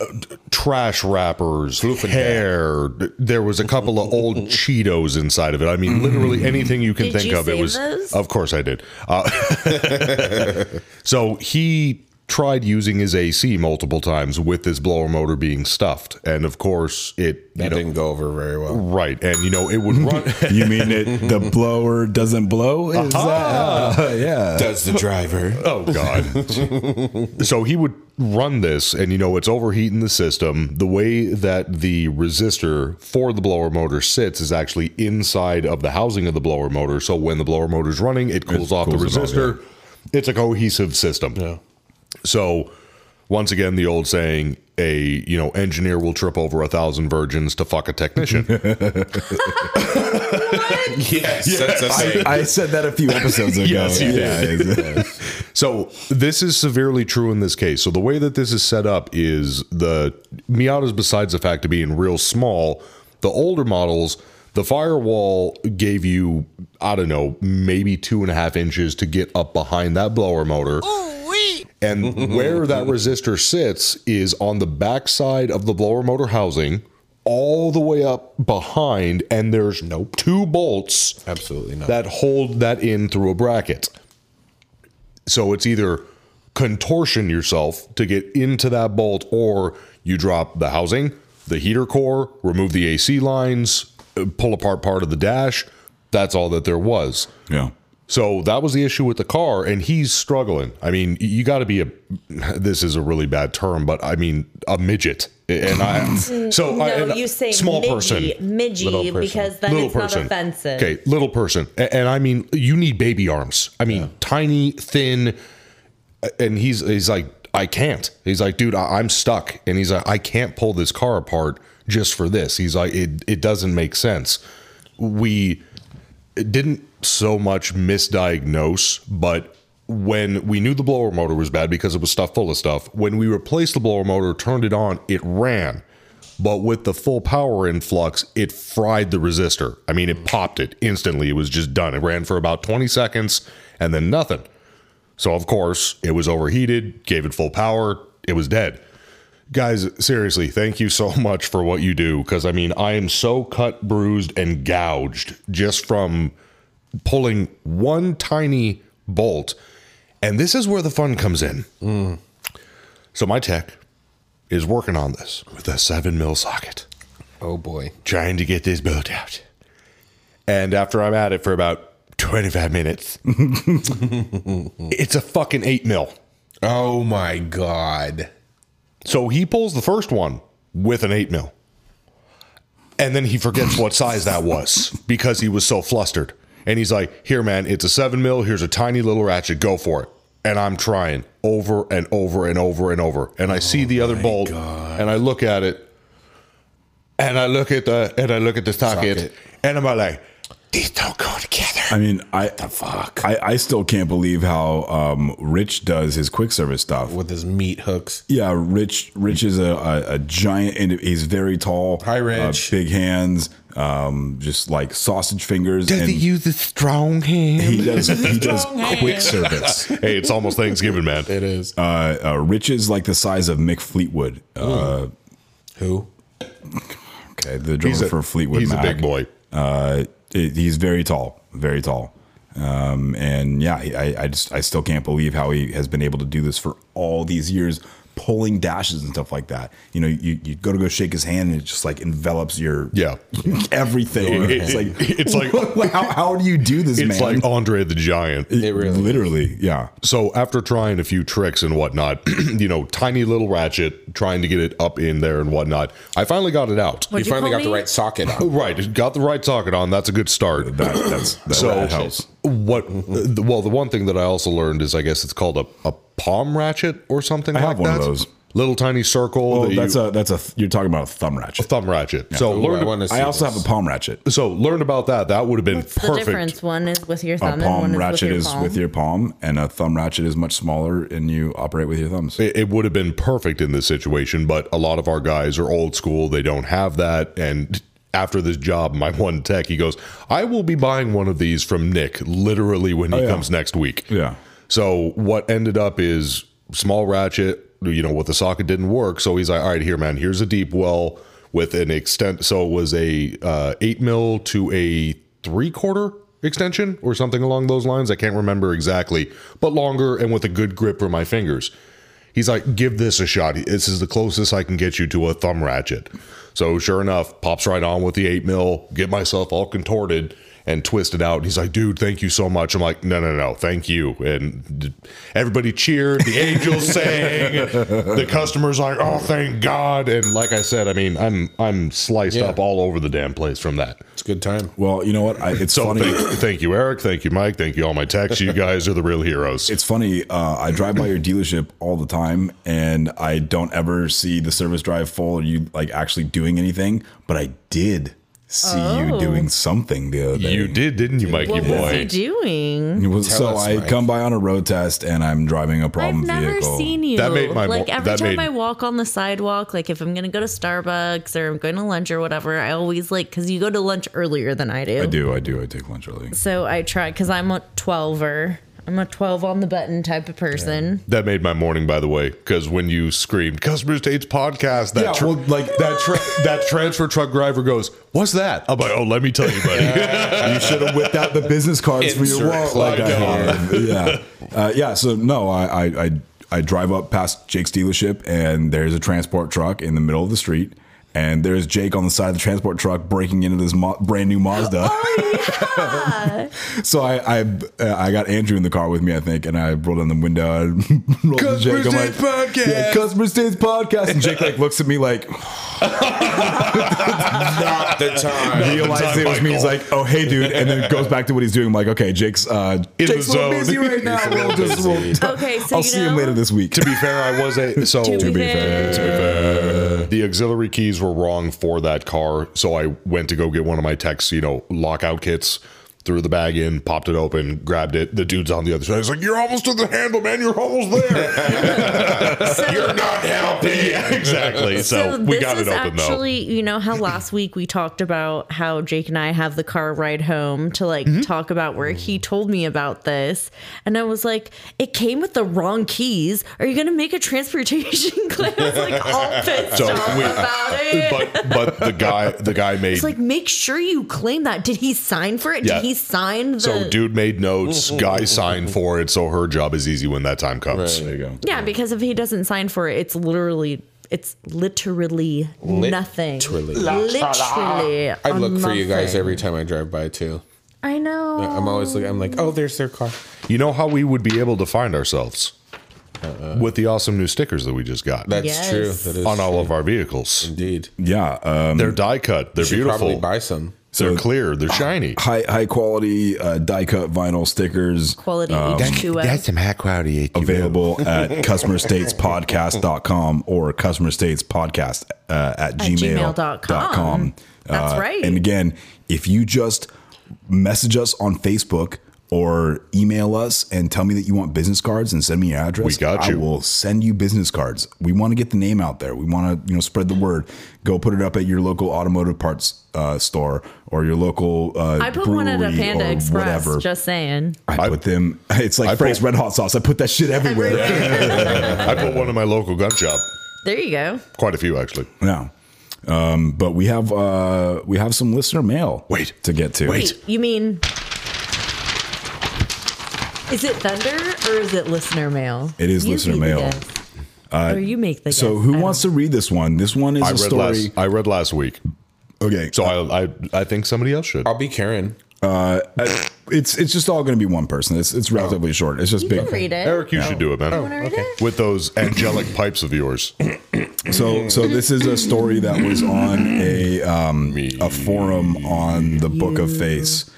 S1: Trash wrappers, hair. There was a couple of old Cheetos inside of it. I mean,
S5: Mm.
S1: literally anything you can
S4: Did
S1: think
S4: you
S1: of. It
S4: save
S1: was,
S4: those?
S1: of course, I did. Uh, So he tried using his AC multiple times with this blower motor being stuffed, and of course it you
S5: That
S1: know,
S5: didn't go over very well.
S1: right, and you know it would run.
S2: You mean it? The blower doesn't blow. Is that- yeah.
S5: Does the driver?
S1: oh god! so he would run this, and you know it's overheating the system. The way that the resistor for the blower motor sits is actually inside of the housing of the blower motor. So when the blower motor's running, it cools off the
S2: cools it off,
S1: resistor. It's a cohesive system. Yeah. So once again, the old saying, a you know engineer will trip over a thousand virgins to fuck a technician.
S5: yes. That's the
S2: I,
S5: same.
S2: I said that a few episodes ago.
S1: Yes, you
S2: did.
S1: so this is severely true in this case. So the way that this is set up is the Miatas, besides the fact of being real small, the older models, the firewall gave you I don't know maybe two and a half inches to get up behind that blower motor. And where that resistor sits is on the backside of the blower motor housing, all the way up behind, and there's no two bolts
S5: Absolutely not.
S1: that hold that in through a bracket. So it's either contortion yourself to get into that bolt, or you drop the housing, the heater core, remove the AC lines, uh, pull apart part of the dash. That's all that there was.
S2: Yeah.
S1: So that was the issue with the car, and he's struggling. I mean, you got to be a. This is a really bad term, but I mean a midget, and I. So I,
S4: no,
S1: and
S4: you say
S1: small
S4: midgy,
S1: person,
S4: midgy,
S5: Little person.
S4: because then
S1: little
S4: it's
S1: person,
S4: not offensive.
S1: Okay, little person, A- and, I mean you need baby arms. I mean tiny, thin, and he's he's like I can't. He's like, dude, I, I'm stuck, and he's like, I can't pull this car apart just for this. He's like, it it doesn't make sense. We didn't so much misdiagnose, but when we knew the blower motor was bad because it was stuffed full of stuff, when we replaced the blower motor, turned it on, it ran. But with the full power influx, it fried the resistor. I mean, it popped it instantly. It was just done. It ran for about 20 seconds and then nothing. So, of course, it was overheated, gave it full power, it was dead. Guys, seriously, thank you so much for what you do. Because, I mean, I am so cut, bruised, and gouged just from pulling one tiny bolt. And this is where the fun comes in. So, my tech is working on this with a seven mil socket
S5: oh, boy.
S1: trying to get this boat out. And after I'm at it for about 25 minutes, it's a fucking 8 mil.
S5: Oh, my God.
S1: So he pulls the first one with an 8 mil. And then he forgets what size that was because he was so flustered. And he's like, Here, man, it's a 7 mil. Here's a tiny little ratchet. Go for it. and I'm trying over and over and over and over. And I see
S5: Oh
S1: the other bolt and I look at it and I look at the and I look at the socket,
S5: Socket.
S1: and I'm like, these don't go together.
S2: I mean, I the
S5: fuck?
S2: I, I still can't believe how um, Rich does his quick service stuff.
S5: with his meat hooks.
S2: Yeah, Rich. Rich is a, a, a giant, and he's very tall. uh,
S5: Hi, Rich.
S2: big hands. Um, just like sausage fingers. and
S1: use a strong hand?
S2: he does he does quick service.
S1: hey, it's almost Thanksgiving, man.
S5: It is
S2: Uh, uh, Rich is like the size of Mick Fleetwood. Uh,
S5: who?
S2: okay, the drummer for Fleetwood.
S1: he's a
S2: Mac.
S1: big boy.
S2: Uh, it- he's very tall, very tall. Um, and yeah, I, I just I still can't believe how he has been able to do this for all these years, pulling dashes and stuff like that. You know, you, you go to go shake his hand and it just like envelops your
S1: Yeah.
S2: everything.
S1: It-
S2: it's
S1: it-
S2: like
S1: it's like-
S2: how, how do you do this,
S1: It's
S2: man?
S1: like oh, Andre the Giant.
S5: It really is.
S2: literally, yeah.
S1: So after trying a few tricks and whatnot, you know, tiny little ratchet, trying to get it up in there and whatnot, I finally got it out.
S5: You
S4: What'd
S5: finally
S4: call
S5: got the
S4: me?
S5: right socket on.
S1: Right, got the right socket on. That's a good start.
S2: That that's that,
S1: So
S2: that helps.
S1: what? the- Well, the one thing that I also learned is I guess it's called a, a palm ratchet or something.
S2: I
S1: like
S2: have one of
S1: that.
S2: those.
S1: little tiny circle.
S2: Well,
S1: that
S2: Oh, that's
S1: you,
S2: a that's a you're talking about a thumb ratchet.
S1: thumb ratchet. So
S5: Ooh, I,
S1: learn.
S5: wanna see
S2: I also
S5: this.
S2: have a palm ratchet.
S1: so learn about that. That would have been
S4: What's the
S1: perfect.
S4: difference? One is with your
S2: A
S4: thumb and one
S2: palm
S4: is
S2: ratchet
S4: with your
S2: is
S4: palm.
S2: with your palm, and a thumb ratchet is much smaller, and you operate with your thumbs.
S1: It, it would have been perfect in this situation, but a lot of our guys are old school. They don't have that. And after this job, my one tech, he goes, "I will be buying one of these from Nick literally when he
S2: Oh, yeah.
S1: comes next week."
S2: Yeah.
S1: So what ended up is small ratchet, you know, with the socket didn't work. So he's like, all right, here, man, here's a deep well with an extent. So it was a uh, eight mil to a three quarter extension or something along those lines. I can't remember exactly, but longer and with a good grip for my fingers. He's like, give this a shot. This is the closest I can get you to a thumb ratchet. So sure enough, pops right on with the eight mil, get myself all contorted and twisted out. He's like, dude, thank you so much. I'm like, no, no, no, thank you. And d- everybody cheered. The angels sang. The customers like, oh, thank God. And like I said, I mean, I'm I'm sliced
S5: Yeah.
S1: up all over the damn place from that.
S5: It's a good time.
S2: Well, you know what? I, it's
S1: So
S2: funny.
S1: thank, thank you, Eric. Thank you, Mike. Thank you, all my techs. You guys are the real heroes.
S2: It's funny. Uh, I drive by your dealership all the time, and I don't ever see the service drive full. Or you like actually doing anything? But I did see you
S4: Oh.
S2: doing something the other day.
S1: you did, didn't you, Mikey
S4: what was
S1: boy?
S4: he doing?
S2: It was-
S5: Tell
S2: so
S5: us,
S2: I
S5: Mike.
S2: come by on a road test, and I'm driving a
S4: I've
S2: problem
S4: never
S2: vehicle.
S4: seen you.
S1: That made my
S4: like
S1: mo-
S4: every
S1: that
S4: time
S1: made-
S4: I walk on the sidewalk, like if I'm gonna go to Starbucks or I'm going to lunch or whatever, I always like because you go to lunch earlier than I do.
S2: I do. I do. I take lunch early.
S4: So I try because I'm a twelver. I'm a twelve on the button type of person.
S1: That made my morning, by the way, because when you screamed "Customer States Podcast," that
S2: Yeah,
S1: tra-
S2: well, like-
S1: that tra- that transfer truck driver goes, "What's that?" I'm like, "Oh, let me tell you, buddy."
S2: you should have whipped out the business cards for your
S5: Insert
S2: wallet.
S5: clock
S2: Like I
S1: tower.
S2: have. Yeah, uh, yeah. So no, I, I I I drive up past Jake's dealership, and there's a transport truck in the middle of the street, and there's Jake on the side of the transport truck breaking into this mo- brand new Mazda. so I I uh, I got Andrew in the car with me, I think, and I rolled down the window. And rolled to
S1: Customer
S2: Jake, I'm
S1: States Podcast.
S2: Yeah, Customer States podcast, and Jake like looks at me like
S5: Not the time.
S2: realized it was me. He's
S1: Michael.
S2: like, "Oh, hey, dude," and then goes back to what he's doing. I'm like, "Okay, Jake's uh,
S1: In
S2: Jake's
S1: the
S2: a little
S1: zone.
S2: busy right
S1: He's
S2: now.
S1: a
S2: We'll
S1: little
S2: just- we'll-
S5: busy.
S4: Okay, so
S2: I'll
S4: you
S2: see
S4: know,
S2: him later this week."
S1: to be fair, I was a so
S4: To be
S2: fair.
S4: fair.
S1: the auxiliary keys were wrong for that car, so I went to go get one of my techs, you know, lockout kits. Threw the bag in, popped it open, grabbed it. The dude's on the other side. He's like, "You're almost to the handle, man. You're almost there. You're not helping." Yeah, exactly. So, we got it open though.
S4: actually, you know how last week we talked about how Jake and I have the car ride home to like
S1: Mm-hmm.
S4: talk about work. He told me about this, and I was like, "It came with the wrong keys. Are you gonna make a transportation claim?" I was like all pissed
S1: So
S4: off
S1: we- uh,
S4: about it.
S1: but but the guy the guy made
S4: it's like, make sure you claim that. Did he sign for it?
S1: Yeah.
S4: Did he sign the?
S1: so dude made notes
S2: Mm-hmm.
S1: guy signed for it so her job is easy when that time comes
S2: There you go.
S4: yeah, because if he doesn't sign for it, it's literally. It's literally nothing.
S5: Literally.
S4: Literally.
S5: I look for you guys
S4: nothing.
S5: every time I drive by too.
S4: I know.
S5: I'm always like, I'm like, oh, there's their car.
S1: you know how we would be able to find ourselves
S2: Uh-uh.
S1: with the awesome new stickers that we just got
S5: That's
S4: Yes.
S5: true. That is
S1: on all of our vehicles
S5: indeed.
S2: Yeah, um,
S1: they're die cut they're
S5: Should
S1: beautiful
S5: probably buy some.
S1: They're clear. They're shiny.
S2: High high quality uh, die cut vinyl stickers
S4: Quality
S2: Um,
S4: H2O.
S7: some high quality AQ.
S2: available at customerstatespodcast.com or customerstatespodcast uh, at, gmail
S4: gmail.com.
S2: gmail.com.
S4: That's right.
S2: And again, if you just message us on Facebook or email us and tell me that you want business cards and send me your address,
S1: We got
S2: I
S1: you.
S2: will send you business cards. We want to get the name out there. We want to, you know, spread the word. Go put it up at your local automotive parts uh, store or your local uh,
S4: I put one at a
S2: brewery
S4: Panda
S2: or
S4: Express.
S2: whatever.
S4: Just saying.
S2: I put them. It's like
S1: I
S2: Frank's
S1: put-
S2: Red Hot Sauce. I put that shit everywhere.
S1: I put one in my local gun shop.
S4: There you go.
S1: Quite a few actually.
S2: No. Um, but we have uh, we have some listener mail.
S7: Wait.
S2: to get to.
S7: Wait.
S4: You mean is it thunder or is it listener mail?
S2: It is
S4: You
S2: listener
S4: be the
S2: mail. Uh,
S4: guess. or you make the
S2: So
S4: guess.
S2: who
S4: I
S2: wants
S4: don't-
S2: to read this one? This one is a
S1: I read
S2: story.
S1: last. I read last week,
S2: Okay,
S1: so I, I I think somebody else should.
S2: Oh,
S5: I'll be Karen.
S2: Uh, I- it's it's just all going to be one person. It's
S1: Oh.
S2: it's relatively short. It's just
S4: You
S2: big.
S4: can read it.
S1: Eric, you should do it,
S2: Oh,
S1: man.
S4: wanna read it?
S1: With those angelic pipes of yours.
S2: So so this is a story that was on a um, a forum on the Book of Face,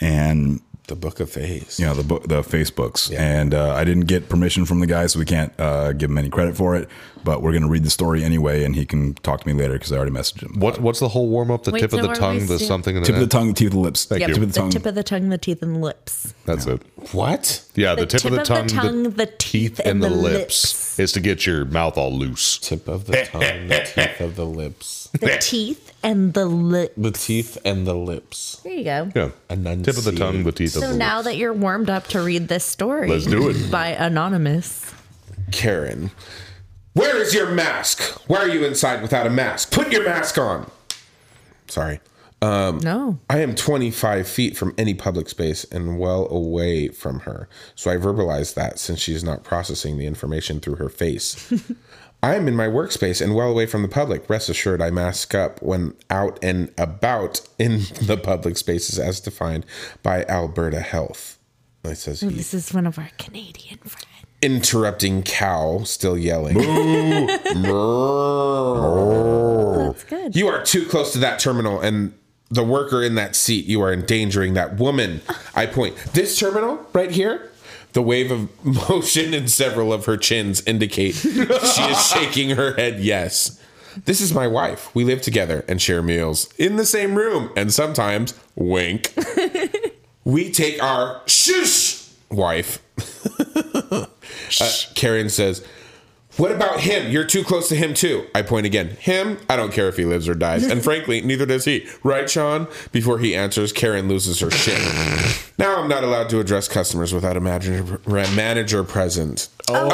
S2: and
S5: The Book of Fays.
S2: you know the book the facebooks and uh, i didn't get permission from the guy so we can't uh, give him any credit for it but we're going to read the story anyway and he can talk to me later because i already messaged him
S1: What what's the whole warm up? The
S4: Wait,
S1: tip of
S4: so
S1: the
S4: are
S1: tongue,
S4: we
S1: the
S4: still-
S1: something, and
S2: tip of the
S1: that?
S2: tongue the teeth of the lips
S1: Thank you.
S2: tip of the
S4: the
S2: tongue
S4: tip of the tongue, the teeth, and the lips.
S1: That's it.
S5: What?
S1: Yeah, the,
S4: The
S1: tip, of the tongue, the
S4: the
S1: teeth, and the lips is to get your mouth all loose.
S5: Tip of the tongue, the teeth of the lips.
S4: The teeth and the lip.
S5: The teeth and the lips.
S4: There you go.
S1: Yeah, tip of the
S5: Enunciate.
S1: tongue, the teeth of
S4: So
S1: the
S4: now
S1: lips.
S4: that you're warmed up to read this story,
S1: Let's do it.
S4: by anonymous.
S5: Karen. Where is your mask? Why are you inside without a mask? Put your mask on. Sorry.
S1: Um,
S4: No,
S5: I am 25 feet from any public space and well away from her. So I verbalize that since she's not processing the information through her face. I am in my workspace and well away from the public. Rest assured, I mask up when out and about in the public spaces as defined by Alberta Health. It says he-
S4: this is one of our Canadian friends.
S5: interrupting cow, still yelling.
S2: Oh,
S4: That's good.
S5: You are too close to that terminal and the worker in that seat. You are endangering that woman. I point. This terminal right here. The wave of motion in several of her chins indicate she is shaking her head yes. This is my wife. We live together and share meals in the same room and sometimes wink. we take our shush wife. Uh, Karen says, what about him? You're too close to him too. I point again. Him? I don't care if he lives or dies. And frankly, neither does he. Right, Sean? Before he answers, Karen loses her shit. now I'm not allowed to address customers without a manager, manager present. Oh,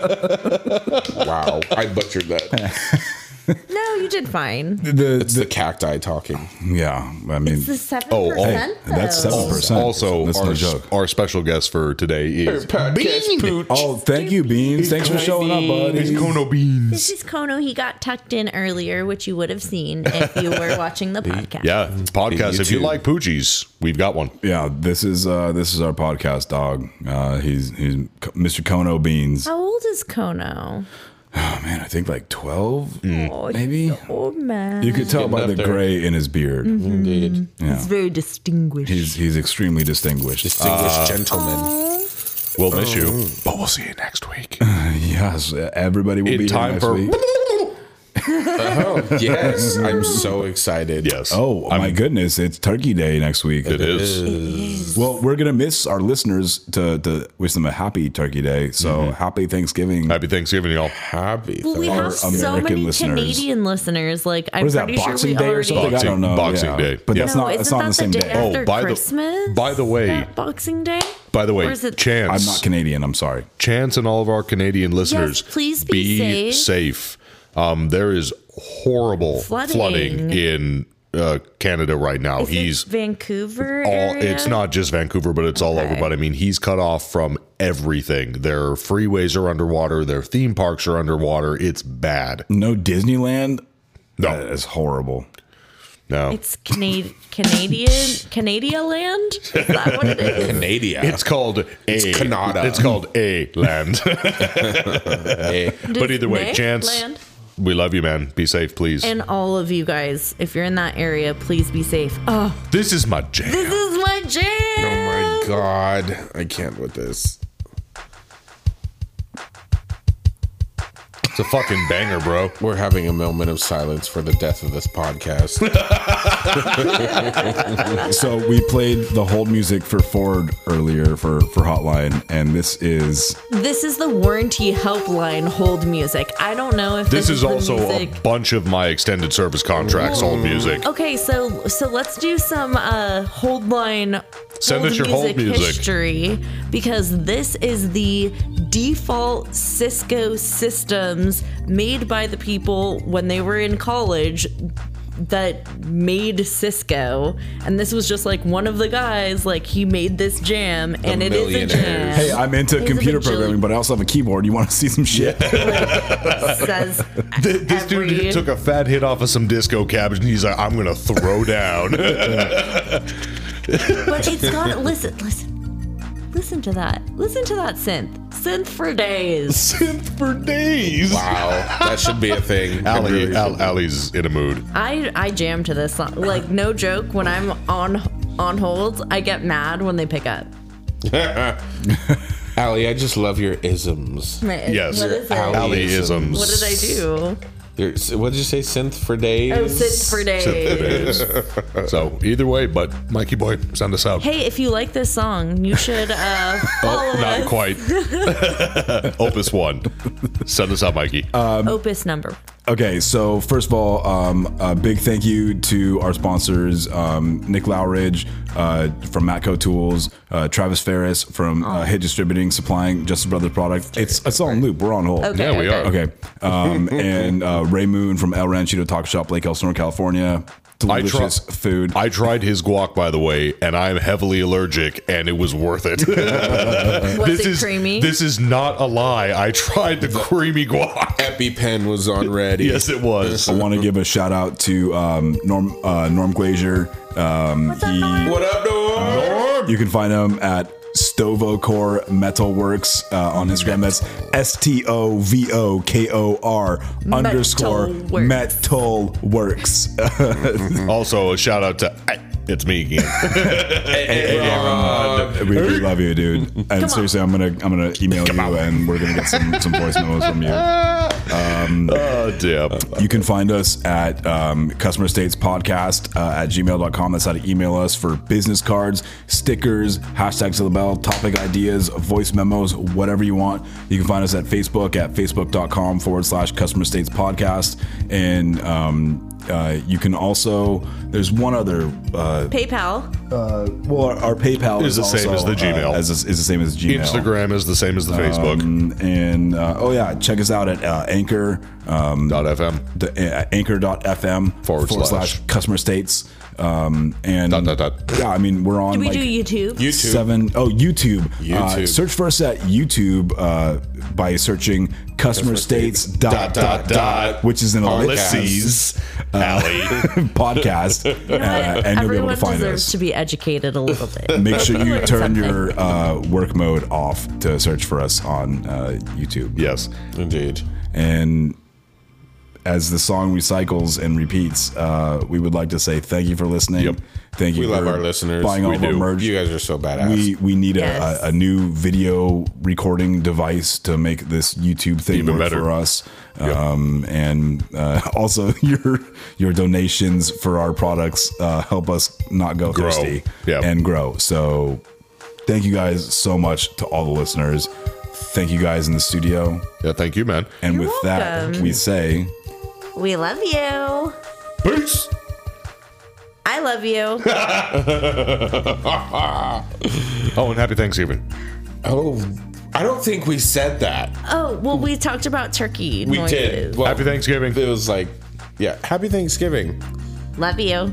S5: well. wow. I butchered that.
S4: No, you did
S2: Oh,
S4: fine.
S5: It's the cacti talking.
S2: yeah i mean
S4: It's the seven
S1: Oh, oh,
S4: percent.
S2: that's seven percent
S1: Also,
S2: that's
S1: our,
S2: no joke
S1: our special guest for today is
S2: oh thank you beans thanks for showing up buddy
S1: Kono Beans.
S4: This is Kono. He got tucked in earlier, which you would have seen if you were watching the podcast.
S1: Yeah, podcast. If you
S5: YouTube.
S1: like poochies, we've got one.
S2: yeah this is uh this is our podcast dog uh he's he's mr kono beans
S4: How old is Kono?
S2: oh man i think like 12
S4: Oh,
S2: Maybe.
S4: he's an old man.
S2: you could tell by
S5: up
S2: the
S5: there. Mm-hmm.
S2: gray in his beard
S5: Indeed.
S4: He's very distinguished.
S2: he's he's extremely distinguished
S5: Distinguished gentleman.
S1: We'll miss you, Oh. but we'll see you next week.
S2: Yes, everybody will
S1: In
S2: be
S1: time
S2: here next
S1: for-
S2: week.
S5: Oh, yes. I'm so excited.
S1: Yes.
S2: Oh my goodness, it's Turkey Day next week.
S1: it is.
S2: Well, we're gonna miss our listeners to, to wish them a happy Turkey Day. So happy Thanksgiving.
S1: Happy Thanksgiving, y'all.
S5: Happy.
S4: well, we
S2: our
S4: have so
S2: American
S4: many
S2: listeners.
S4: Canadian listeners. Like, I'm
S2: what is that
S4: pretty sure
S2: Boxing
S4: we
S2: Day
S4: already.
S2: or something? I
S1: Boxing-
S2: don't know.
S1: Boxing
S2: yeah.
S1: Day.
S2: but
S1: Yeah.
S2: that's
S4: No,
S2: not. It's
S4: isn't
S2: not on the
S4: that
S2: same
S4: the
S2: day.
S4: day after-
S1: Oh, by the
S4: Christmas?
S1: by the way,
S4: That Boxing Day.
S1: by the way,
S4: Or is it-
S1: Chance,
S2: Oh, I'm not Canadian. I'm sorry.
S1: Chance, and all of our Canadian listeners,
S4: please be safe.
S1: safe. Um, there is horrible flooding,
S4: Flooding.
S1: in uh, Canada right now.
S4: Is it
S1: he's
S4: Vancouver.
S1: all
S4: area?
S1: it's not just Vancouver, but it's all over. But I mean, he's cut off from everything. Their freeways are underwater. Their theme parks are underwater. It's bad.
S2: No Disneyland.
S1: No.
S2: that is horrible.
S1: No, it's,
S4: It's Canadian, Canadian, Canada land. Is that what it is?
S5: Canada.
S1: called a. It's
S5: Canada.
S1: It's called a land.
S5: Eh.
S1: but either way,
S4: Disney
S1: Chance,
S4: land.
S1: We love you, man. Be safe, please.
S4: And all of you guys, if you're in that area, please be safe. Oh,
S1: this is my jam.
S4: this is my jam.
S5: Oh my god, I can't with this.
S1: It's a fucking banger, bro.
S5: We're having a moment of silence for the death of this podcast.
S2: So we played the hold music for Ford earlier for for Hotline, and this is
S4: This is the warranty helpline hold music. I don't know if
S1: This
S4: this,
S1: is
S4: the
S1: also a
S4: music-
S1: bunch of my extended service contracts, old music.
S4: Okay, so so let's do some uh hold line
S1: Send us your hold music.
S4: history because this is the default Cisco systems made by the people when they were in college that made Cisco and this was just like one of the guys like he made this jam and it is a jam
S5: millionaires.
S2: Hey, I'm into
S4: He's a
S2: computer
S4: bajillion-
S2: programming, but I also have a keyboard. You want to see some shit?
S4: says
S1: Th- This
S4: every-
S1: dude took a fat hit off of some disco cabbage and he's like, I'm going to throw down.
S4: But it's got listen, listen, listen to that. Listen to that synth. Synth for days.
S1: Synth for days.
S5: Wow, that should be a thing. It
S1: Allie,
S5: really
S1: Al- Allie's in a mood.
S4: I I jam to this song. Like no joke. When I'm on on hold, I get mad when they pick up.
S5: Allie, I just love your isms.
S1: Yes.
S4: What is it?
S1: Allieisms.
S4: What did I do?
S5: Your, what did you say? Synth for days.
S4: Oh, synth for days.
S1: So either way, but Mikey boy, send us out.
S4: Hey, if you like this song, you should uh, follow
S1: Not
S4: us.
S1: quite. Opus one. Send us out, Mikey.
S4: Opus number.
S2: Okay, so first of all, um, a big thank you to our sponsors, um, Nick Lowridge uh, from Matco Tools, uh, Travis Ferris from uh, Hit Distributing, supplying Justice Brothers product. It's it's on loop. We're on hold.
S4: Okay,
S1: yeah, we are.
S4: okay.
S2: Okay, um, and uh, Ray Moon from El Ranchito Taco Shop, Lake Elsinore, California.
S1: I try-
S2: Delicious food.
S1: I tried his guac, by the way, and I'm heavily allergic, and it was worth it.
S4: Was
S1: this
S4: it
S1: is
S4: creamy?
S1: This is not a lie. I tried the creamy guac.
S5: EpiPen was on ready.
S1: Yes, it was.
S2: I want to give a shout out to um, Norm uh, Norm Glazier. Um, he,
S5: What up, Norm?
S2: You can find him at Stovocore Metalworks uh, on Instagram. That's S T O V O K O R underscore Metalworks.
S1: Also, a shout out to I- it's me again. Uh,
S2: we, we love you, dude. And
S4: on.
S2: seriously, I'm gonna I'm gonna email you, and we're gonna get some some voice memos from you.
S1: oh damn!
S2: You can find us at um, customer states podcast uh, at gmail.com. That's how to email us for business cards, stickers, hashtags of the bell, topic ideas, voice memos, whatever you want. You can find us at Facebook at facebook.com forward slash customer states podcast. And um, uh, you can also, there's one other, uh,
S4: PayPal.
S2: well, our, our PayPal
S1: Is the same
S2: also,
S1: as the Gmail.
S2: Uh, as, is the same as Gmail.
S1: Instagram is the same as the Facebook.
S2: Um, and uh, oh, yeah, check us out at uh, Anchor. Um,
S1: Dot FM.
S2: the uh, anchor.fm
S1: Forward slash.
S2: customer states um and
S1: Dot, dot, dot.
S2: yeah i mean we're on
S4: Do we
S2: like
S4: do YouTube?
S5: YouTube.
S2: seven oh youtube, Uh,
S5: YouTube.
S2: search for us at youtube uh by searching customer, states, dot, dot, dot,
S1: dot,
S2: which is an ellipsis
S1: Ulysses. Allie.
S2: podcast
S4: You know
S2: uh,
S4: what?
S2: and you'll be able to
S4: Everyone
S2: find
S4: deserves
S2: us
S4: to be educated a little bit.
S2: make sure you
S4: Learn
S2: turn
S4: something.
S2: your uh work mode off to search for us on uh youtube
S1: yes.
S5: Indeed.
S2: And as the song recycles and repeats, uh, we would like to say thank you for listening.
S1: Yep.
S2: Thank you.
S5: We love
S2: for
S5: our listeners.
S2: Buying all
S5: we
S2: of our merch.
S5: You guys are so badass.
S2: we we need
S4: Yes.
S2: a, a, a new video recording device to make this YouTube thing
S1: Even
S2: work
S1: better.
S2: for us. Um, and uh, also your your donations for our products uh, help us not go
S1: Grow.
S2: thirsty
S1: Yeah.
S2: and grow. So thank you guys so much to all the listeners. Thank you guys in the studio.
S1: Yeah. Thank you, man.
S2: And
S4: You're
S2: with that,
S4: welcome.
S2: we say.
S4: We love you.
S1: Peace.
S4: I love you.
S1: Oh, and happy Thanksgiving.
S5: oh, I don't think we said that.
S4: Oh, well, we talked about turkey
S5: We
S4: noises.
S5: did. Well,
S1: Happy Thanksgiving.
S5: It was like, yeah, happy Thanksgiving.
S4: Love you.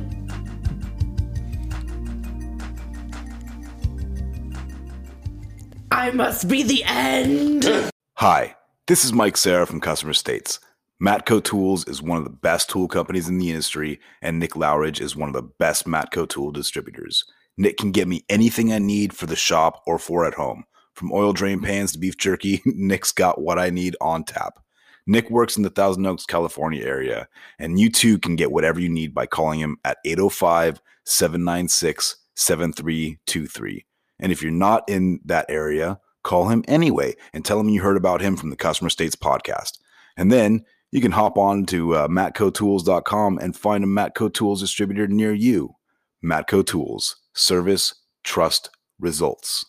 S4: I must be the end.
S6: Hi, this is Mike Sarah from Customer States. Matco Tools is one of the best tool companies in the industry, and Nick Lowridge is one of the best Matco tool distributors. Nick can get me anything I need for the shop or for at home. From oil drain pans to beef jerky, Nick's got what I need on tap.
S2: Nick works in the Thousand Oaks, California area, and you too can get whatever you need by calling him at 805 796 7323. And if you're not in that area, call him anyway and tell him you heard about him from the Customer States podcast. And then you can hop on to uh, matcotools.com and find a Matco Tools distributor near you. Matco Tools, service, trust, results.